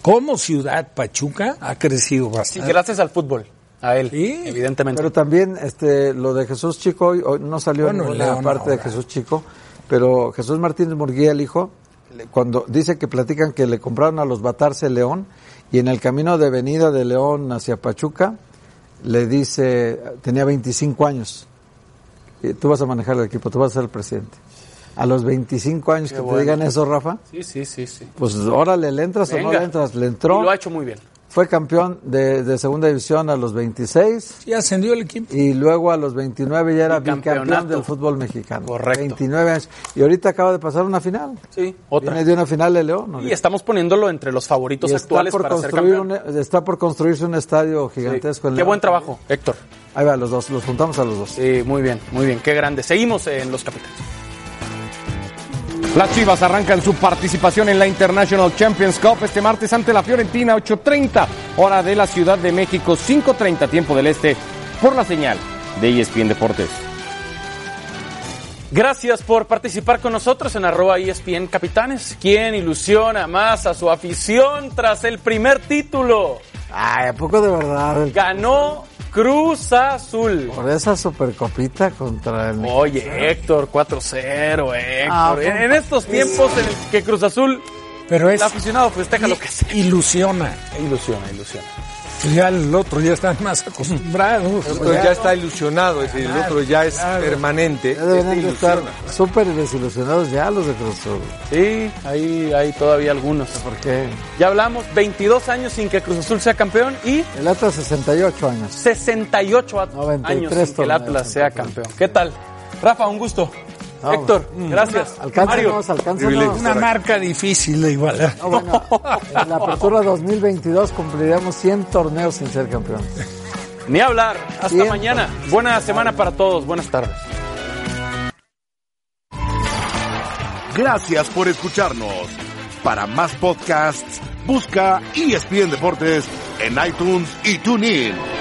Speaker 6: como ciudad, Pachuca ha crecido
Speaker 5: Sí,
Speaker 6: bastante.
Speaker 5: gracias al fútbol, a él, evidentemente.
Speaker 7: Pero también este lo de Jesús Chico hoy, hoy no salió
Speaker 5: Bueno,
Speaker 7: en ninguna
Speaker 5: León
Speaker 7: parte de
Speaker 5: ahora.
Speaker 7: Jesús Chico, pero Jesús Martínez Murguía, el hijo, le- cuando dice que platican que le compraron a los Batarse León y en el camino de venida de León hacia Pachuca le dice, tenía 25 años, eh, tú vas a manejar el equipo, tú vas a ser el presidente. a los 25 años
Speaker 5: Qué
Speaker 7: que
Speaker 5: bueno.
Speaker 7: te digan eso, Rafa.
Speaker 5: Sí, sí, sí, sí.
Speaker 7: Pues órale, ¿le entras o no
Speaker 5: Venga.
Speaker 7: le entras? Le
Speaker 5: Y lo
Speaker 7: entró.
Speaker 5: ha hecho muy bien.
Speaker 7: Fue campeón de, de segunda división a los 26.
Speaker 6: Y ascendió el equipo.
Speaker 7: Y luego a los 29 ya era bicampeón del fútbol mexicano. Correcto. 29 años. Y ahorita acaba de pasar una final.
Speaker 5: Sí,
Speaker 7: otra. Viene de una final de León. ¿no?
Speaker 5: Y estamos poniéndolo entre los favoritos
Speaker 7: Y
Speaker 5: actuales para ser
Speaker 7: construir
Speaker 5: campeón.
Speaker 7: un- está por construirse un estadio gigantesco. en
Speaker 5: Qué
Speaker 7: León.
Speaker 5: buen trabajo, Héctor.
Speaker 7: Ahí va, los dos, los juntamos a los dos.
Speaker 5: Sí, muy bien, muy bien, qué grande. Seguimos en los capitanes.
Speaker 14: Las Chivas arrancan su participación en la International Champions Cup este martes ante la Fiorentina 8.30 hora de la Ciudad de México 5.30 tiempo del Este por la señal de E ESPN Deportes.
Speaker 5: Gracias por participar con nosotros en arroba E ESPN Capitanes. ¿Quién ilusiona más a su afición tras el primer título?
Speaker 7: Ay, ¿a poco de verdad?
Speaker 5: Ganó Cruz Azul.
Speaker 7: Por esa supercopita contra el...
Speaker 5: Oye, Héctor, 4-0, Héctor.
Speaker 7: Ah,
Speaker 5: en, en estos tiempos en el que Cruz Azul,
Speaker 6: Pero es-
Speaker 5: el aficionado festeja lo que sea.
Speaker 6: Ilusiona.
Speaker 5: Ilusiona, ilusiona.
Speaker 6: Ya el otro ya están más acostumbrados.
Speaker 8: El otro pues ya está ilusionado, es decir, el otro ya es
Speaker 6: Claro.
Speaker 8: permanente.
Speaker 7: Ya deberían
Speaker 8: este
Speaker 7: de estar
Speaker 8: ilusiona.
Speaker 7: súper desilusionados ya los de Cruz Azul.
Speaker 5: Sí, hay, hay todavía algunos.
Speaker 7: ¿Por qué?
Speaker 5: Ya hablamos, 22 años sin que Cruz Azul sea campeón y
Speaker 7: El Atlas 68 años.
Speaker 5: 68 a- años sin que el
Speaker 7: torneos,
Speaker 5: Atlas sea campeón. ¿Qué tal? Rafa, un gusto. Héctor, gracias.
Speaker 7: Mm. Alcánzanos, alcánzanos.
Speaker 6: Una marca difícil de igualar.
Speaker 7: No, bueno, en la apertura 2022 cumpliremos 100 torneos sin ser campeón.
Speaker 5: Ni hablar. Hasta mañana. Buena semana para todos. Buenas tardes.
Speaker 1: Gracias por escucharnos. Para más podcasts, busca ESPN Deportes en iTunes y TuneIn.